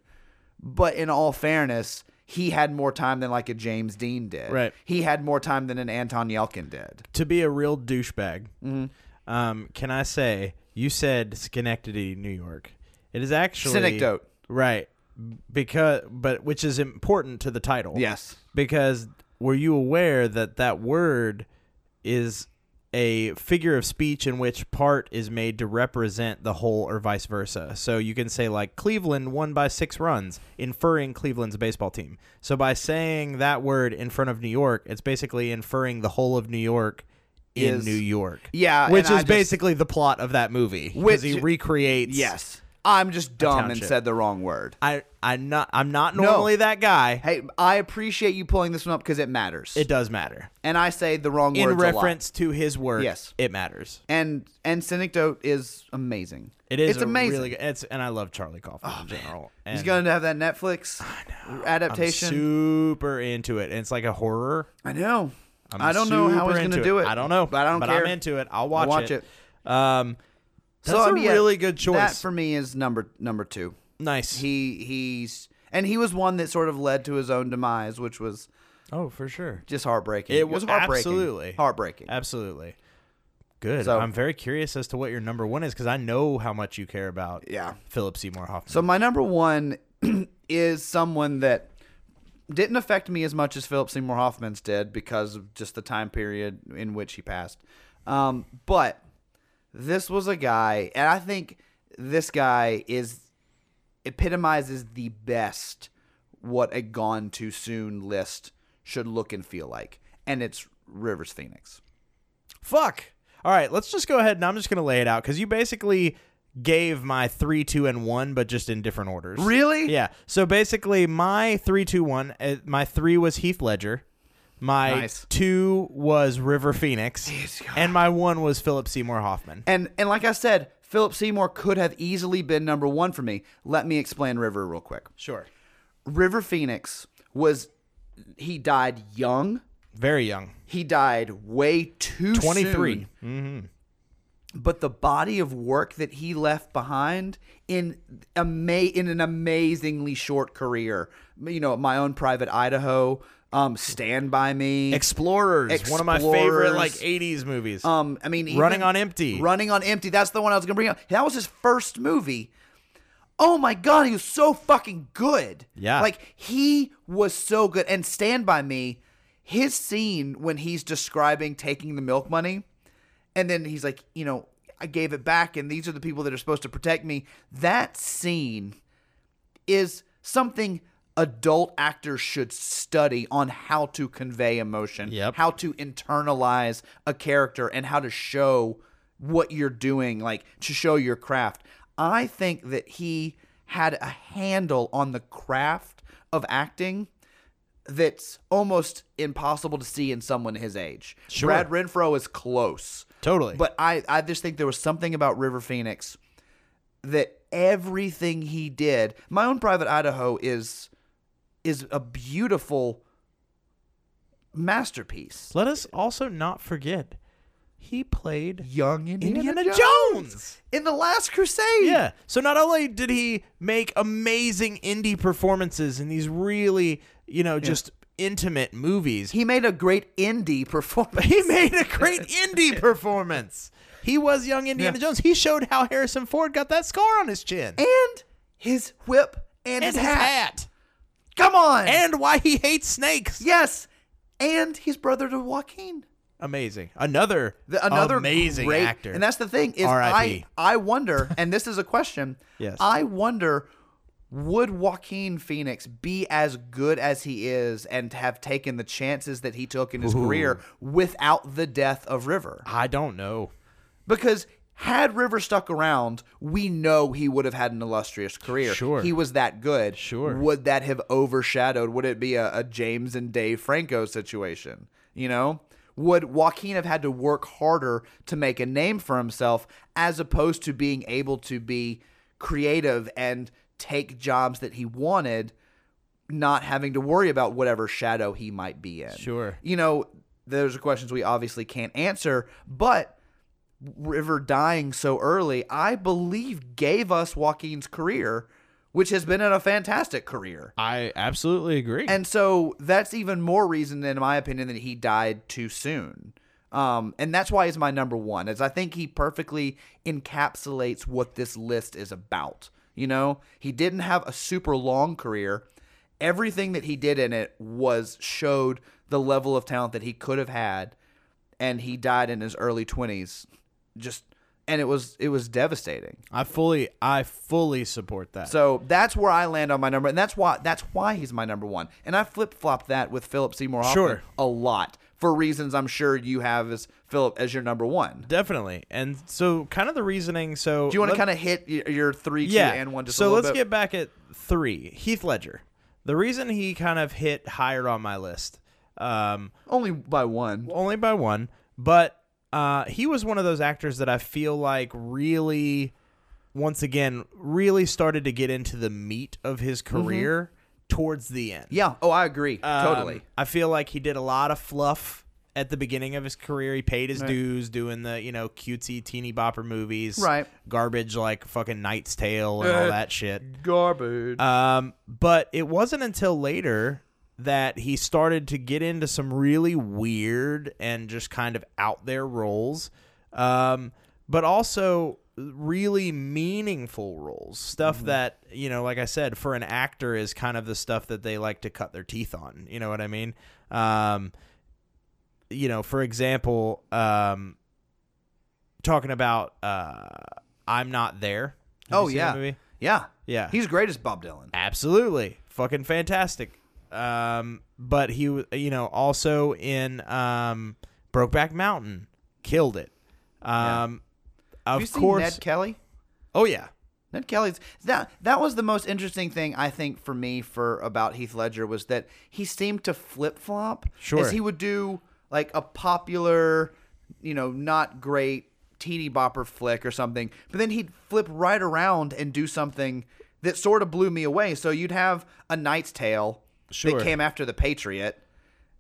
[SPEAKER 4] But in all fairness, he had more time than like a James Dean did.
[SPEAKER 3] Right.
[SPEAKER 4] He had more time than an Anton Yelkin did.
[SPEAKER 3] To be a real douchebag, um, can I say you said Schenectady, New York? It is actually
[SPEAKER 4] Synecdoche.
[SPEAKER 3] right? Because, but which is important to the title.
[SPEAKER 4] Yes.
[SPEAKER 3] Because were you aware that that word is a figure of speech in which part is made to represent the whole or vice versa? So you can say like Cleveland won by six runs, inferring Cleveland's baseball team. So by saying that word in front of New York, it's basically inferring the whole of New York in
[SPEAKER 4] Is-
[SPEAKER 3] New York.
[SPEAKER 4] Yeah,
[SPEAKER 3] Which is
[SPEAKER 4] and I just-
[SPEAKER 3] basically the plot of that movie. Because he
[SPEAKER 4] Which-
[SPEAKER 3] recreates
[SPEAKER 4] Yes. I'm just dumb and
[SPEAKER 3] township.
[SPEAKER 4] said the wrong word.
[SPEAKER 3] I I not I'm not
[SPEAKER 4] No.
[SPEAKER 3] normally that guy.
[SPEAKER 4] Hey, I appreciate you pulling this one up because it matters.
[SPEAKER 3] It does matter.
[SPEAKER 4] and I say the wrong
[SPEAKER 3] In
[SPEAKER 4] words a lot.
[SPEAKER 3] reference to his work,
[SPEAKER 4] Yes.
[SPEAKER 3] it matters.
[SPEAKER 4] And and Synecdoche is amazing.
[SPEAKER 3] It is
[SPEAKER 4] It's
[SPEAKER 3] a
[SPEAKER 4] amazing. Oh,
[SPEAKER 3] Really good, it's and I love Charlie Kaufman in general.
[SPEAKER 4] He's
[SPEAKER 3] and
[SPEAKER 4] going to have that Netflix
[SPEAKER 3] I'm
[SPEAKER 4] adaptation.
[SPEAKER 3] super into it, and it's like a horror.
[SPEAKER 4] I know.
[SPEAKER 3] I'm
[SPEAKER 4] I do not know how
[SPEAKER 3] super
[SPEAKER 4] he's going
[SPEAKER 3] into
[SPEAKER 4] to do it.
[SPEAKER 3] I don't know,
[SPEAKER 4] but I don't
[SPEAKER 3] but
[SPEAKER 4] care.
[SPEAKER 3] I'm into it. I'll watch,
[SPEAKER 4] watch
[SPEAKER 3] it. Um, that's
[SPEAKER 4] I
[SPEAKER 3] a
[SPEAKER 4] mean, yeah,
[SPEAKER 3] really good choice.
[SPEAKER 4] That for me is number number two.
[SPEAKER 3] nice.
[SPEAKER 4] He he's and he was one that sort of led to his own demise, which was
[SPEAKER 3] oh, for sure.
[SPEAKER 4] just heartbreaking.
[SPEAKER 3] It
[SPEAKER 4] was
[SPEAKER 3] was-
[SPEAKER 4] heartbreaking.
[SPEAKER 3] absolutely.
[SPEAKER 4] heartbreaking.
[SPEAKER 3] Absolutely. Good.
[SPEAKER 4] So-
[SPEAKER 3] I'm very curious as to what your number one is because I know how much you care about
[SPEAKER 4] Yeah.
[SPEAKER 3] Philip Seymour Hoffman.
[SPEAKER 4] So my number one is someone that didn't affect me as much as Philip Seymour Hoffman's did because of just the time period in which he passed. Um, but this was a guy, and I think this guy is epitomizes the best what a gone too soon list should look and feel like, and it's Rivers Phoenix.
[SPEAKER 3] Fuck. All right, let's just go ahead and I'm just going to lay it out because you basically gave my three, two, and one, but just in different orders.
[SPEAKER 4] Really?
[SPEAKER 3] Yeah. So basically, my three, two, one, uh, my three was Heath Ledger. My
[SPEAKER 4] Nice.
[SPEAKER 3] two was River Phoenix. And my one was Philip Seymour Hoffman.
[SPEAKER 4] And and like I said, Philip Seymour could have easily been number one for me. Let me explain River real quick.
[SPEAKER 3] Sure.
[SPEAKER 4] River Phoenix was he died young.
[SPEAKER 3] Very young.
[SPEAKER 4] He died way too
[SPEAKER 3] 23.
[SPEAKER 4] soon. But the body of work that he left behind in ama- in an amazingly short career, you know, my own private Idaho, um, Stand by Me,
[SPEAKER 3] Explorers, one of my favorite
[SPEAKER 4] Explorers.
[SPEAKER 3] like 80s movies.
[SPEAKER 4] um, I mean, even-
[SPEAKER 3] Running on Empty.
[SPEAKER 4] Running on empty. That's the one I was gonna bring up. That was his first movie. Oh my god, he was so fucking good.
[SPEAKER 3] Yeah.
[SPEAKER 4] like he was so good. And Stand by Me, his scene when he's describing taking the milk money, and then he's like, you know, I gave it back, and these are the people that are supposed to protect me. That scene is something adult actors should study on how to convey emotion,
[SPEAKER 3] Yep.
[SPEAKER 4] how to internalize a character, and how to show what you're doing, like to show your craft. I think that he had a handle on the craft of acting that's almost impossible to see in someone his age.
[SPEAKER 3] Sure.
[SPEAKER 4] Brad Renfro is close.
[SPEAKER 3] Totally.
[SPEAKER 4] But I, I just think there was something about River Phoenix that everything he did, my own private Idaho is is a beautiful masterpiece.
[SPEAKER 3] Let us also not forget he played
[SPEAKER 4] Young Indiana,
[SPEAKER 3] Indiana
[SPEAKER 4] Jones.
[SPEAKER 3] Jones.
[SPEAKER 4] in the Last Crusade.
[SPEAKER 3] Yeah. So not only did he make amazing indie performances in these really, you know, just intimate movies, he,
[SPEAKER 4] he made a great indie performance.
[SPEAKER 3] made a great indie performance. He was young Indiana Jones. He showed how Harrison Ford got that scar on his chin
[SPEAKER 4] and his whip and,
[SPEAKER 3] And
[SPEAKER 4] his hat. Come on,
[SPEAKER 3] and why he hates snakes.
[SPEAKER 4] yes, and he's brother to Joaquin.
[SPEAKER 3] Amazing. Another
[SPEAKER 4] The, another
[SPEAKER 3] amazing
[SPEAKER 4] great-
[SPEAKER 3] actor.
[SPEAKER 4] And that's the thing is
[SPEAKER 3] R.I.P..
[SPEAKER 4] I I wonder, and this is a question.
[SPEAKER 3] Yes.
[SPEAKER 4] I wonder would Joaquin Phoenix be as good as he is and have taken the chances that he took in his career without the death of River?
[SPEAKER 3] I don't know.
[SPEAKER 4] Because had River stuck around, we know he would have had an illustrious career.
[SPEAKER 3] Sure.
[SPEAKER 4] He was that good.
[SPEAKER 3] Sure.
[SPEAKER 4] Would that have overshadowed? Would it be a, a James and Dave Franco situation? You know? Would Joaquin have had to work harder to make a name for himself as opposed to being able to be creative and take jobs that he wanted, not having to worry about whatever shadow he might be in.
[SPEAKER 3] Sure.
[SPEAKER 4] You know, those are questions we obviously can't answer, but River dying so early, I believe gave us Joaquin's career, which has been a fantastic career.
[SPEAKER 3] I absolutely agree.
[SPEAKER 4] And so that's even more reason, in my opinion, that he died too soon. Um, and that's why he's my number one, is I think he perfectly encapsulates what this list is about. You know, he didn't have a super long career. Everything that he did in it was showed the level of talent that he could have had, and he died in his early twenties. Just and it was it was devastating.
[SPEAKER 3] I fully I fully support that.
[SPEAKER 4] So that's where I land on my number, and that's why that's why he's my number one. And I flip flop that with Philip Seymour Hoffman
[SPEAKER 3] Sure.
[SPEAKER 4] a lot for reasons I'm sure you have as Philip as your number one.
[SPEAKER 3] Definitely. And so kind of the reasoning so
[SPEAKER 4] Do you want to
[SPEAKER 3] let-
[SPEAKER 4] kind of hit y- your three, two,
[SPEAKER 3] yeah.
[SPEAKER 4] and one? Just
[SPEAKER 3] so
[SPEAKER 4] a little
[SPEAKER 3] let's
[SPEAKER 4] bit?
[SPEAKER 3] get back at three. Heath Ledger. The reason he kind of hit higher on my list, um,
[SPEAKER 4] only by one.
[SPEAKER 3] only by one, but uh, he was one of those actors that I feel like really, once again, really started to get into the meat of his career towards the end.
[SPEAKER 4] Mm-hmm. Yeah. Oh, I agree
[SPEAKER 3] Um,
[SPEAKER 4] totally.
[SPEAKER 3] I feel like he did a lot of fluff at the beginning of his career. He paid his dues doing the, you know, cutesy teeny bopper movies.
[SPEAKER 4] Right. Uh,
[SPEAKER 3] Garbage like fucking Knight's Tale and all that shit.
[SPEAKER 4] Garbage.
[SPEAKER 3] Um, but it wasn't until later that he started to get into some really weird and just kind of out there roles, um, but also really meaningful roles. Stuff
[SPEAKER 4] Mm-hmm.
[SPEAKER 3] that, you know, like I said, for an actor is kind of the stuff that they like to cut their teeth on. You know what I mean? Um, you know, for example, um, talking about uh, I'm Not There. Have you
[SPEAKER 4] oh
[SPEAKER 3] seen that
[SPEAKER 4] yeah.
[SPEAKER 3] movie?
[SPEAKER 4] Yeah.
[SPEAKER 3] Yeah.
[SPEAKER 4] He's great as Bob Dylan.
[SPEAKER 3] Absolutely. Fucking fantastic. Um, but he, w- you know, also in um, Brokeback Mountain, killed it. Um, Of
[SPEAKER 4] Have you
[SPEAKER 3] course.
[SPEAKER 4] seen Ned Kelly?
[SPEAKER 3] oh, yeah.
[SPEAKER 4] Ned Kelly's that that was the most interesting thing I think for me for about Heath Ledger was that he seemed to flip flop.
[SPEAKER 3] Sure.
[SPEAKER 4] As he would do like a popular, you know, not great teeny bopper flick or something, but then he'd flip right around and do something that sort of blew me away. So you'd have a Knight's Tale
[SPEAKER 3] Sure.
[SPEAKER 4] that came after the Patriot,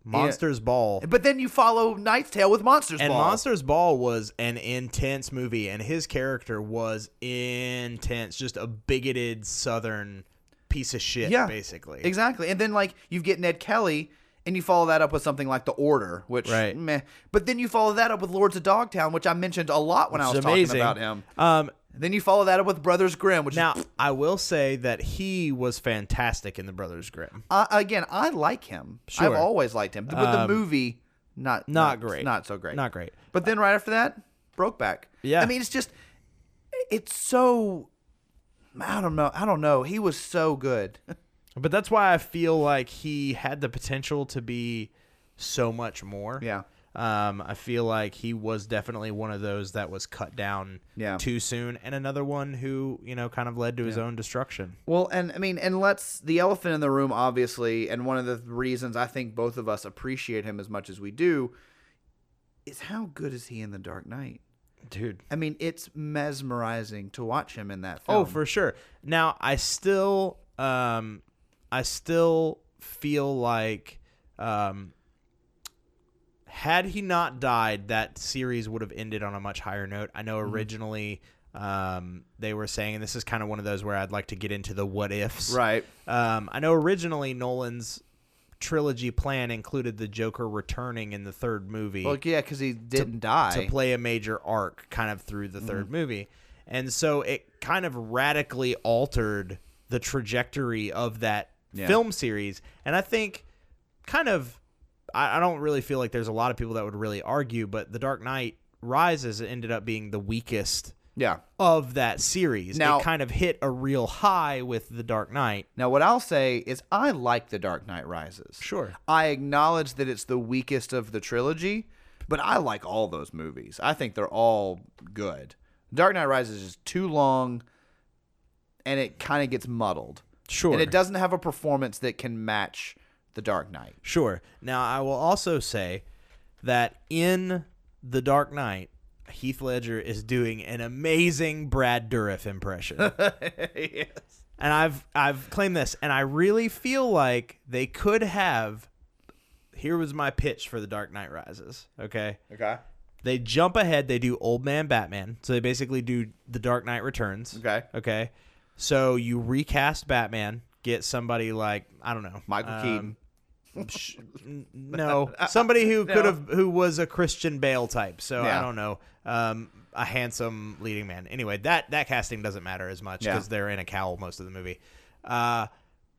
[SPEAKER 3] Monsters Ball.
[SPEAKER 4] but then you follow Knight's Tale with Monsters
[SPEAKER 3] And
[SPEAKER 4] Ball.
[SPEAKER 3] Monsters Ball was an intense movie, and his character was intense, just a bigoted Southern piece of shit,
[SPEAKER 4] yeah,
[SPEAKER 3] basically.
[SPEAKER 4] exactly. And then like you get Ned Kelly, and you follow that up with something like The Order, which
[SPEAKER 3] Right.
[SPEAKER 4] meh. But then you follow that up with Lords of Dogtown, which I mentioned a lot when I
[SPEAKER 3] It's
[SPEAKER 4] was
[SPEAKER 3] amazing.
[SPEAKER 4] talking about him.
[SPEAKER 3] Um,
[SPEAKER 4] Then you follow that up with Brothers Grimm, which
[SPEAKER 3] now,
[SPEAKER 4] is,
[SPEAKER 3] I will say that he was fantastic in The Brothers Grimm.
[SPEAKER 4] I, again I like him.
[SPEAKER 3] Sure. Um,
[SPEAKER 4] I've always liked him, but the movie not,
[SPEAKER 3] not great.
[SPEAKER 4] not so great,
[SPEAKER 3] Not great.
[SPEAKER 4] But then right after that, Brokeback.
[SPEAKER 3] Yeah.
[SPEAKER 4] I mean it's just it's so. I don't know. I don't know. He was so good.
[SPEAKER 3] But that's why I feel like he had the potential to be so much more.
[SPEAKER 4] Yeah.
[SPEAKER 3] Um, I feel like he was definitely one of those that was cut down
[SPEAKER 4] Yeah.
[SPEAKER 3] too soon, and another one who you know kind of led to his own destruction.
[SPEAKER 4] Well, and I mean, and let's the elephant in the room, obviously, and one of the reasons I think both of us appreciate him as much as we do is how good is he in The Dark Knight?
[SPEAKER 3] Dude,
[SPEAKER 4] I mean, it's mesmerizing to watch him in that film.
[SPEAKER 3] oh for sure. Now I still, um, I still feel like, um, had he not died, that series would have ended on a much higher note. I know
[SPEAKER 4] Mm-hmm.
[SPEAKER 3] originally um, they were saying, and this is kind of one of those where I'd like to get into the what ifs.
[SPEAKER 4] right.
[SPEAKER 3] Um, I know originally Nolan's trilogy plan included the Joker returning in the third movie
[SPEAKER 4] Well, yeah, because he didn't die.
[SPEAKER 3] to play a major arc kind of through the
[SPEAKER 4] Mm-hmm.
[SPEAKER 3] 3rd movie. And so it kind of radically altered the trajectory of that
[SPEAKER 4] Yeah.
[SPEAKER 3] film series. And I think kind of I, I don't really feel like there's a lot of people that would really argue, but The Dark Knight Rises ended up being the weakest
[SPEAKER 4] yeah.
[SPEAKER 3] of that series.
[SPEAKER 4] Now-
[SPEAKER 3] it kind of hit a real high with The Dark Knight.
[SPEAKER 4] Now, what I'll say is, I like The Dark Knight Rises.
[SPEAKER 3] Sure.
[SPEAKER 4] I acknowledge that it's the weakest of the trilogy, but I like all those movies. I think they're all good. Dark Knight Rises is too long, and it kind of gets muddled.
[SPEAKER 3] Sure.
[SPEAKER 4] And it doesn't have a performance that can match The Dark Knight.
[SPEAKER 3] Sure. Now, I will also say that in The Dark Knight, Heath Ledger is doing an amazing Brad Dourif impression.
[SPEAKER 4] yes.
[SPEAKER 3] And I've I've claimed this, and I really feel like they could have. Here was my pitch for The Dark Knight Rises. Okay.
[SPEAKER 4] Okay.
[SPEAKER 3] They jump ahead. They do Old Man Batman. So they basically do The Dark Knight Returns.
[SPEAKER 4] Okay.
[SPEAKER 3] Okay. So you recast Batman. Get somebody like I don't know
[SPEAKER 4] Michael
[SPEAKER 3] um,
[SPEAKER 4] Keaton.
[SPEAKER 3] sh- n- no, somebody who could have who was a Christian Bale type. So I
[SPEAKER 4] Yeah.
[SPEAKER 3] don't know, um, a handsome leading man. Anyway, that that casting doesn't matter as much
[SPEAKER 4] Yeah.
[SPEAKER 3] because they're in a cowl most of the movie. Uh,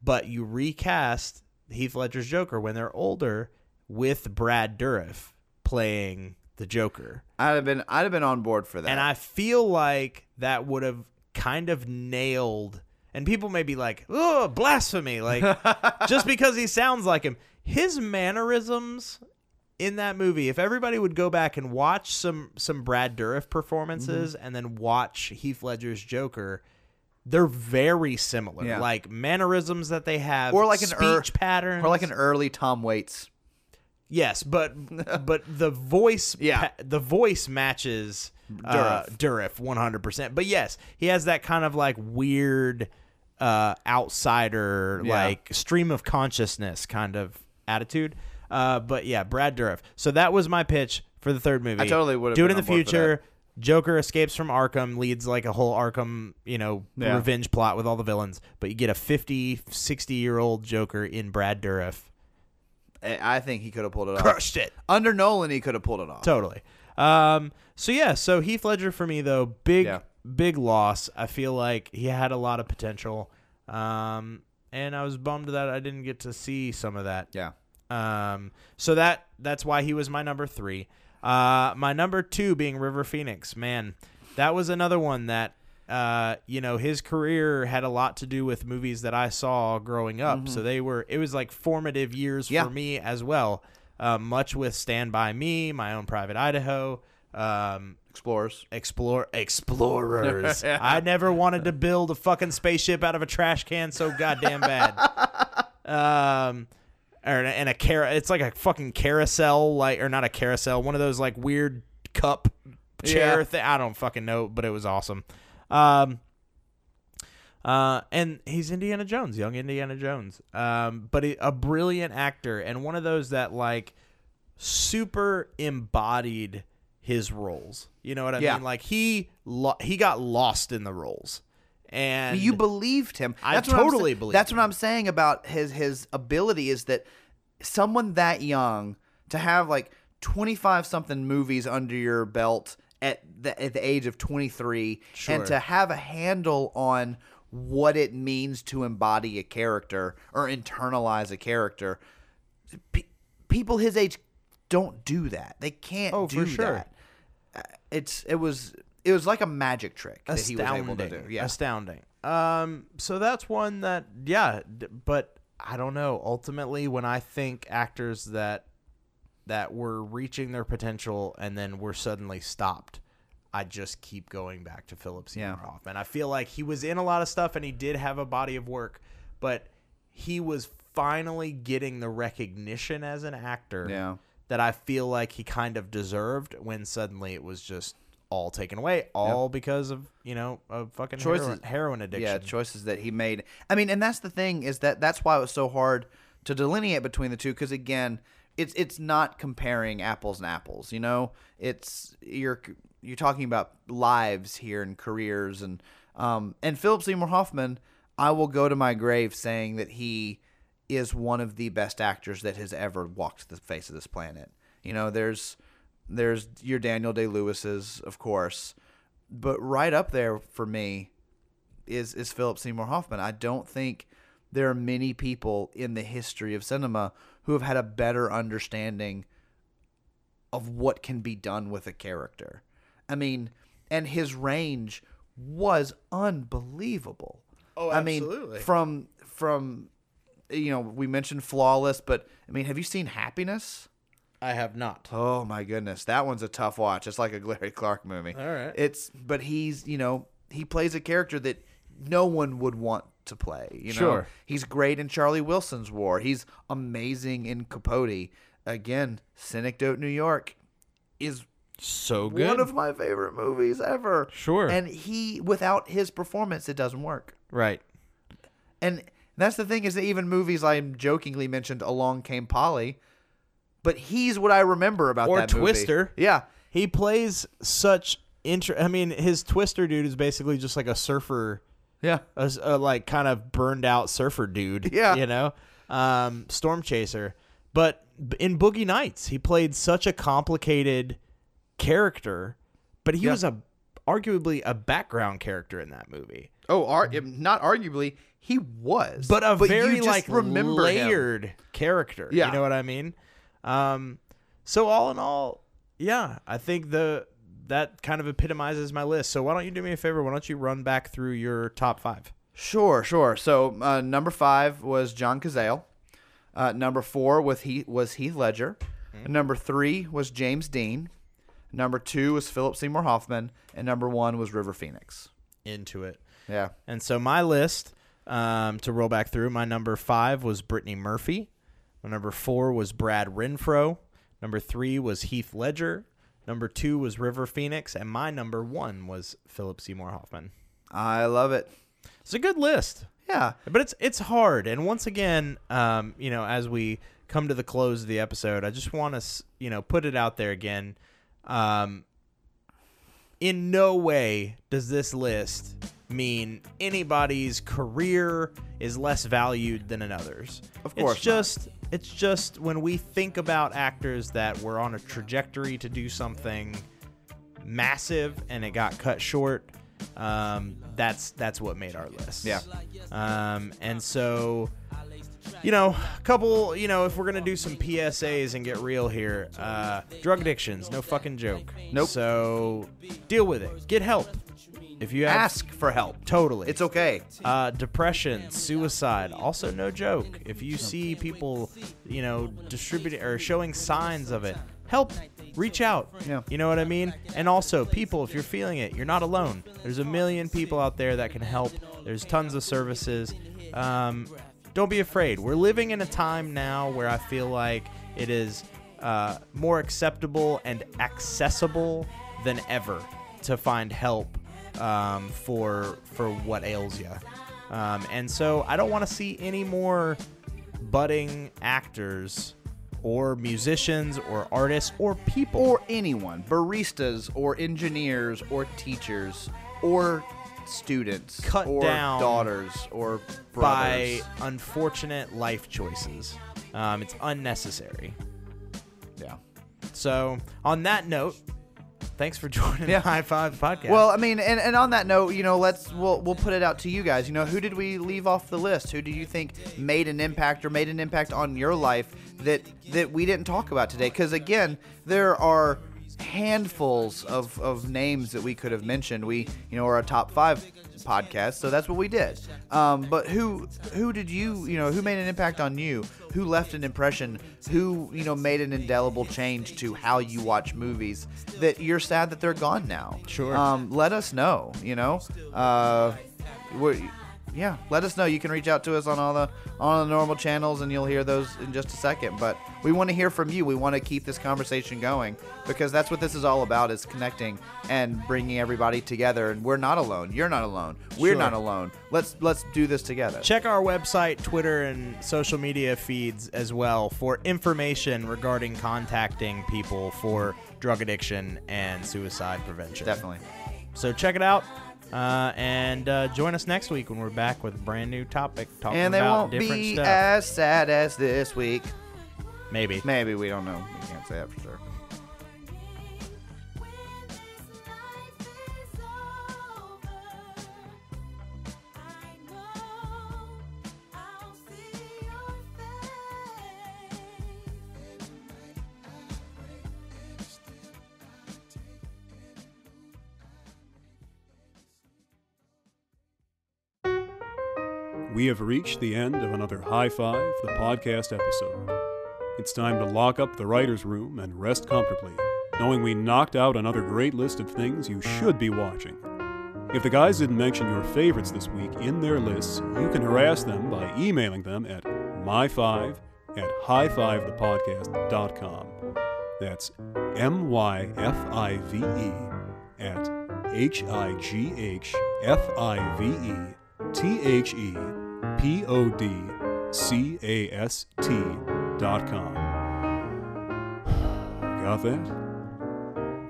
[SPEAKER 3] but you recast Heath Ledger's Joker when they're older with Brad Dourif playing the Joker,
[SPEAKER 4] I'd have been I'd have been on board for that.
[SPEAKER 3] and I feel like that would have kind of nailed. And people may be like, "Oh, blasphemy!" Like just because he sounds like him. His mannerisms in that movie, if everybody would go back and watch some some Brad Dourif performances
[SPEAKER 4] Mm-hmm.
[SPEAKER 3] and then watch Heath Ledger's Joker, they're very similar.
[SPEAKER 4] Yeah.
[SPEAKER 3] Like mannerisms that they have,
[SPEAKER 4] or like an
[SPEAKER 3] speech
[SPEAKER 4] ear-
[SPEAKER 3] pattern,
[SPEAKER 4] or like an early Tom Waits.
[SPEAKER 3] yes, but but the voice,
[SPEAKER 4] Yeah.
[SPEAKER 3] the voice matches uh, Dourif one hundred percent. But yes, he has that kind of like weird uh, outsider,
[SPEAKER 4] Yeah.
[SPEAKER 3] like stream of consciousness kind of attitude. Uh, but yeah, Brad Dourif. So that was my pitch for the third movie.
[SPEAKER 4] I totally would've
[SPEAKER 3] do it
[SPEAKER 4] been
[SPEAKER 3] in the
[SPEAKER 4] on board for
[SPEAKER 3] future. Joker escapes from Arkham, leads like a whole Arkham, you know,
[SPEAKER 4] Yeah.
[SPEAKER 3] revenge plot with all the villains, but you get a 50, 60 year old Joker in Brad Dourif.
[SPEAKER 4] I I think he could have pulled it off.
[SPEAKER 3] Crushed it.
[SPEAKER 4] Under Nolan, he could have pulled it off.
[SPEAKER 3] Totally. Um, so yeah, so Heath Ledger for me though, big
[SPEAKER 4] Yeah.
[SPEAKER 3] big loss. I feel like he had a lot of potential. Um, and I was bummed that I didn't get to see some of that.
[SPEAKER 4] yeah.
[SPEAKER 3] Um, so that that's why he was my number three. Uh, my number two being River Phoenix. Man, that was another one that uh, you know his career had a lot to do with movies that I saw growing up. So they were it was like formative years
[SPEAKER 4] Yeah.
[SPEAKER 3] for me as well. Uh, much with Stand by Me, My Own Private Idaho. Um,
[SPEAKER 4] Explorers.
[SPEAKER 3] Explore explorers. I never wanted to build a fucking spaceship out of a trash can so goddamn bad. um, or and a car. It's like a fucking carousel, like or not a carousel. One of those like weird cup chair
[SPEAKER 4] Yeah.
[SPEAKER 3] thing. I don't fucking know, but it was awesome. Um, uh, and he's Indiana Jones, young Indiana Jones. Um, but he, a brilliant actor and one of those that like super embodied his roles. You know what I
[SPEAKER 4] Yeah.
[SPEAKER 3] mean? Like he lo- he got lost in the roles, and
[SPEAKER 4] you believed him.
[SPEAKER 3] I
[SPEAKER 4] what I'm
[SPEAKER 3] totally
[SPEAKER 4] sa-
[SPEAKER 3] believed
[SPEAKER 4] That's what
[SPEAKER 3] him.
[SPEAKER 4] I'm saying about his his ability is that someone that young to have like 25 something movies under your belt at the at the age of 23 and to have a handle on what it means to embody a character or internalize a character pe- people his age don't do that. They can't
[SPEAKER 3] Oh,
[SPEAKER 4] do
[SPEAKER 3] for sure.
[SPEAKER 4] that. Uh, It's it was it was like a magic trick
[SPEAKER 3] astounding,
[SPEAKER 4] that he was able to do. Yeah.
[SPEAKER 3] astounding. Um, so that's one that yeah, d- but I don't know. Ultimately, when I think actors that that were reaching their potential and then were suddenly stopped. I just keep going back to Philip Seymour
[SPEAKER 4] Yeah.
[SPEAKER 3] Hoffman. I feel like he was in a lot of stuff and he did have a body of work, but he was finally getting the recognition as an actor
[SPEAKER 4] Yeah.
[SPEAKER 3] that I feel like he kind of deserved when suddenly it was just all taken away, all because of, you know, a fucking
[SPEAKER 4] Choices-
[SPEAKER 3] heroin, heroin addiction.
[SPEAKER 4] Yeah, choices that he made. I mean, and that's the thing is that that's why it was so hard to delineate between the two because again, it's it's not comparing apples and apples. You know, it's you're you're talking about lives here and careers and um and Philip Seymour Hoffman. I will go to my grave saying that he is one of the best actors that has ever walked the face of this planet. You know, there's there's your Daniel Day Lewis's, of course, but right up there for me is is Philip Seymour Hoffman. I don't think there are many people in the history of cinema who have had a better understanding of what can be done with a character. I mean, and his range was unbelievable. Oh, I mean, from from you know, we mentioned flawless, but I mean, have you seen Happiness?
[SPEAKER 3] I have not.
[SPEAKER 4] Oh my goodness, that one's a tough watch. It's like a Larry Clark movie. All
[SPEAKER 3] right.
[SPEAKER 4] It's but he's you know he plays a character that no one would want to play. You know,
[SPEAKER 3] Sure.
[SPEAKER 4] he's great in Charlie Wilson's War. He's amazing in Capote. Again, Synecdoche, New York, is
[SPEAKER 3] So good.
[SPEAKER 4] One of my favorite movies ever.
[SPEAKER 3] Sure.
[SPEAKER 4] And he, without his performance, it doesn't work.
[SPEAKER 3] right.
[SPEAKER 4] And that's the thing is that even movies I jokingly mentioned, Along Came Polly, but he's what I remember about
[SPEAKER 3] Or
[SPEAKER 4] that movie.
[SPEAKER 3] Twister.
[SPEAKER 4] Yeah.
[SPEAKER 3] He plays such inter. I mean, his Twister dude is basically just like a surfer,
[SPEAKER 4] Yeah.
[SPEAKER 3] a, s- a, like kind of burned out surfer dude.
[SPEAKER 4] Yeah.
[SPEAKER 3] you know, um, storm chaser. But b- in Boogie Nights, he played such a complicated character, but he was a arguably a background character in that movie.
[SPEAKER 4] Oh, ar- not arguably, he was.
[SPEAKER 3] but a
[SPEAKER 4] you
[SPEAKER 3] very
[SPEAKER 4] just
[SPEAKER 3] like
[SPEAKER 4] remember him.
[SPEAKER 3] layered character.
[SPEAKER 4] Yeah.
[SPEAKER 3] you know what I mean. Um, so all in all, yeah, I think the that kind of epitomizes my list. So why don't you do me a favor? Why don't you run back through your top five?
[SPEAKER 4] Sure, sure. So uh, number five was John Cazale. Uh, number four was Heath, was Heath Ledger.
[SPEAKER 3] Hmm.
[SPEAKER 4] Number three was James Dean. Number two was Philip Seymour Hoffman, and number one was River Phoenix.
[SPEAKER 3] Into it.
[SPEAKER 4] Yeah.
[SPEAKER 3] And so my list um, to roll back through. My number five was Brittany Murphy. My number four was Brad Renfro. Number three was Heath Ledger. Number two was River Phoenix, and my number one was Philip Seymour Hoffman.
[SPEAKER 4] I love it.
[SPEAKER 3] It's a good list.
[SPEAKER 4] Yeah.
[SPEAKER 3] but it's it's hard and once again um you know as we come to the close of the episode i just want to you know put it out there again um in no way does this list mean anybody's career is less valued than another's
[SPEAKER 4] Of course
[SPEAKER 3] it's
[SPEAKER 4] not.
[SPEAKER 3] just it's just when we think about actors that were on a trajectory to do something massive and it got cut short um that's that's what made our list
[SPEAKER 4] Yeah.
[SPEAKER 3] um, and so, you know, a couple, you know, if we're going to do some PSAs and get real here, uh, drug addictions, no fucking joke.
[SPEAKER 4] Nope.
[SPEAKER 3] So deal with it. Get help. If you have,
[SPEAKER 4] Ask for help.
[SPEAKER 3] Totally.
[SPEAKER 4] It's okay.
[SPEAKER 3] Uh, depression, suicide, also no joke. If you see people, you know, distributing or showing signs of it, help. Reach out.
[SPEAKER 4] Yeah.
[SPEAKER 3] You know what I mean? And also, people, if you're feeling it, you're not alone. There's a million people out there that can help. There's tons of services. Um, don't be afraid. We're living in a time now where I feel like it is uh, more acceptable and accessible than ever to find help um, for for what ails you. Um, and so I don't want to see any more budding actors or musicians or artists or people
[SPEAKER 4] Or anyone, baristas, or engineers, or teachers, or students,
[SPEAKER 3] Cut
[SPEAKER 4] or
[SPEAKER 3] down
[SPEAKER 4] daughters, or
[SPEAKER 3] by
[SPEAKER 4] brothers.
[SPEAKER 3] unfortunate life choices. Um, it's unnecessary.
[SPEAKER 4] yeah.
[SPEAKER 3] So on that note, thanks for joining the
[SPEAKER 4] Yeah.
[SPEAKER 3] High Five Podcast.
[SPEAKER 4] Well, I mean, and, and on that note, you know, let's we'll we'll put it out to you guys. You know, who did we leave off the list? Who do you think made an impact or made an impact on your life that that we didn't talk about today? Because again, there are handfuls of, of names that we could have mentioned. We you know are a top five podcast, so that's what we did. Um, but who who did you you know who made an impact on you? Who left an impression? Who you know made an indelible change to how you watch movies that you're sad that they're gone now?
[SPEAKER 3] Sure.
[SPEAKER 4] Um, let us know. You know, uh, we yeah, let us know. You can reach out to us on all the on the normal channels, and you'll hear those in just a second. But we want to hear from you. We want to keep this conversation going because that's what this is all about: is connecting and bringing everybody together. And we're not alone. You're not alone. We're
[SPEAKER 3] Sure.
[SPEAKER 4] not alone. Let's let's do this together.
[SPEAKER 3] Check our website, Twitter, and social media feeds as well for information regarding contacting people for drug addiction and suicide prevention.
[SPEAKER 4] Definitely.
[SPEAKER 3] So check it out. Uh, and uh, join us next week when we're back with a brand new topic talking
[SPEAKER 4] And they
[SPEAKER 3] about
[SPEAKER 4] won't
[SPEAKER 3] different
[SPEAKER 4] be
[SPEAKER 3] stuff.
[SPEAKER 4] as sad as this week.
[SPEAKER 3] Maybe.
[SPEAKER 4] Maybe we don't know. We can't say that for sure.
[SPEAKER 1] We have reached the end of another High Five, the podcast episode. It's time to lock up the writer's room and rest comfortably, knowing we knocked out another great list of things you should be watching. If the guys didn't mention your favorites this week in their lists, you can harass them by emailing them at my5 at high5thepodcast.com. That's M Y F I V E at H I G H F I V E T H E P O D C A S T dot com. Got that?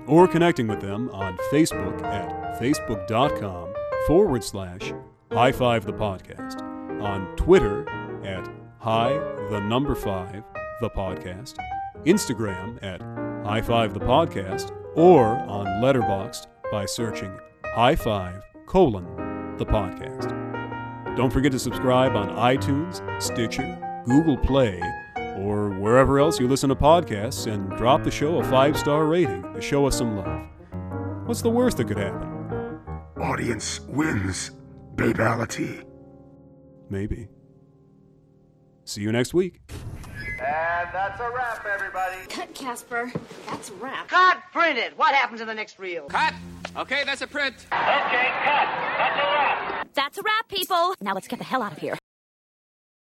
[SPEAKER 1] Or connecting with them on Facebook at facebook.com forward slash high five the podcast, on Twitter at high the number five the podcast, Instagram at high five the podcast, or on Letterboxd by searching high five colon the podcast. Don't forget to subscribe on iTunes, Stitcher, Google Play, or wherever else you listen to podcasts and drop the show a five star rating to show us some love. What's the worst that could happen?
[SPEAKER 11] Audience wins. Babality.
[SPEAKER 1] Maybe. See you next week.
[SPEAKER 10] And that's a wrap, everybody.
[SPEAKER 5] Cut, Casper. That's a wrap.
[SPEAKER 6] Cut, print it. What happens in the next reel? Cut. Okay, that's a print.
[SPEAKER 10] Okay, cut. That's a wrap.
[SPEAKER 5] That's a wrap, people. Now let's get the hell out of here.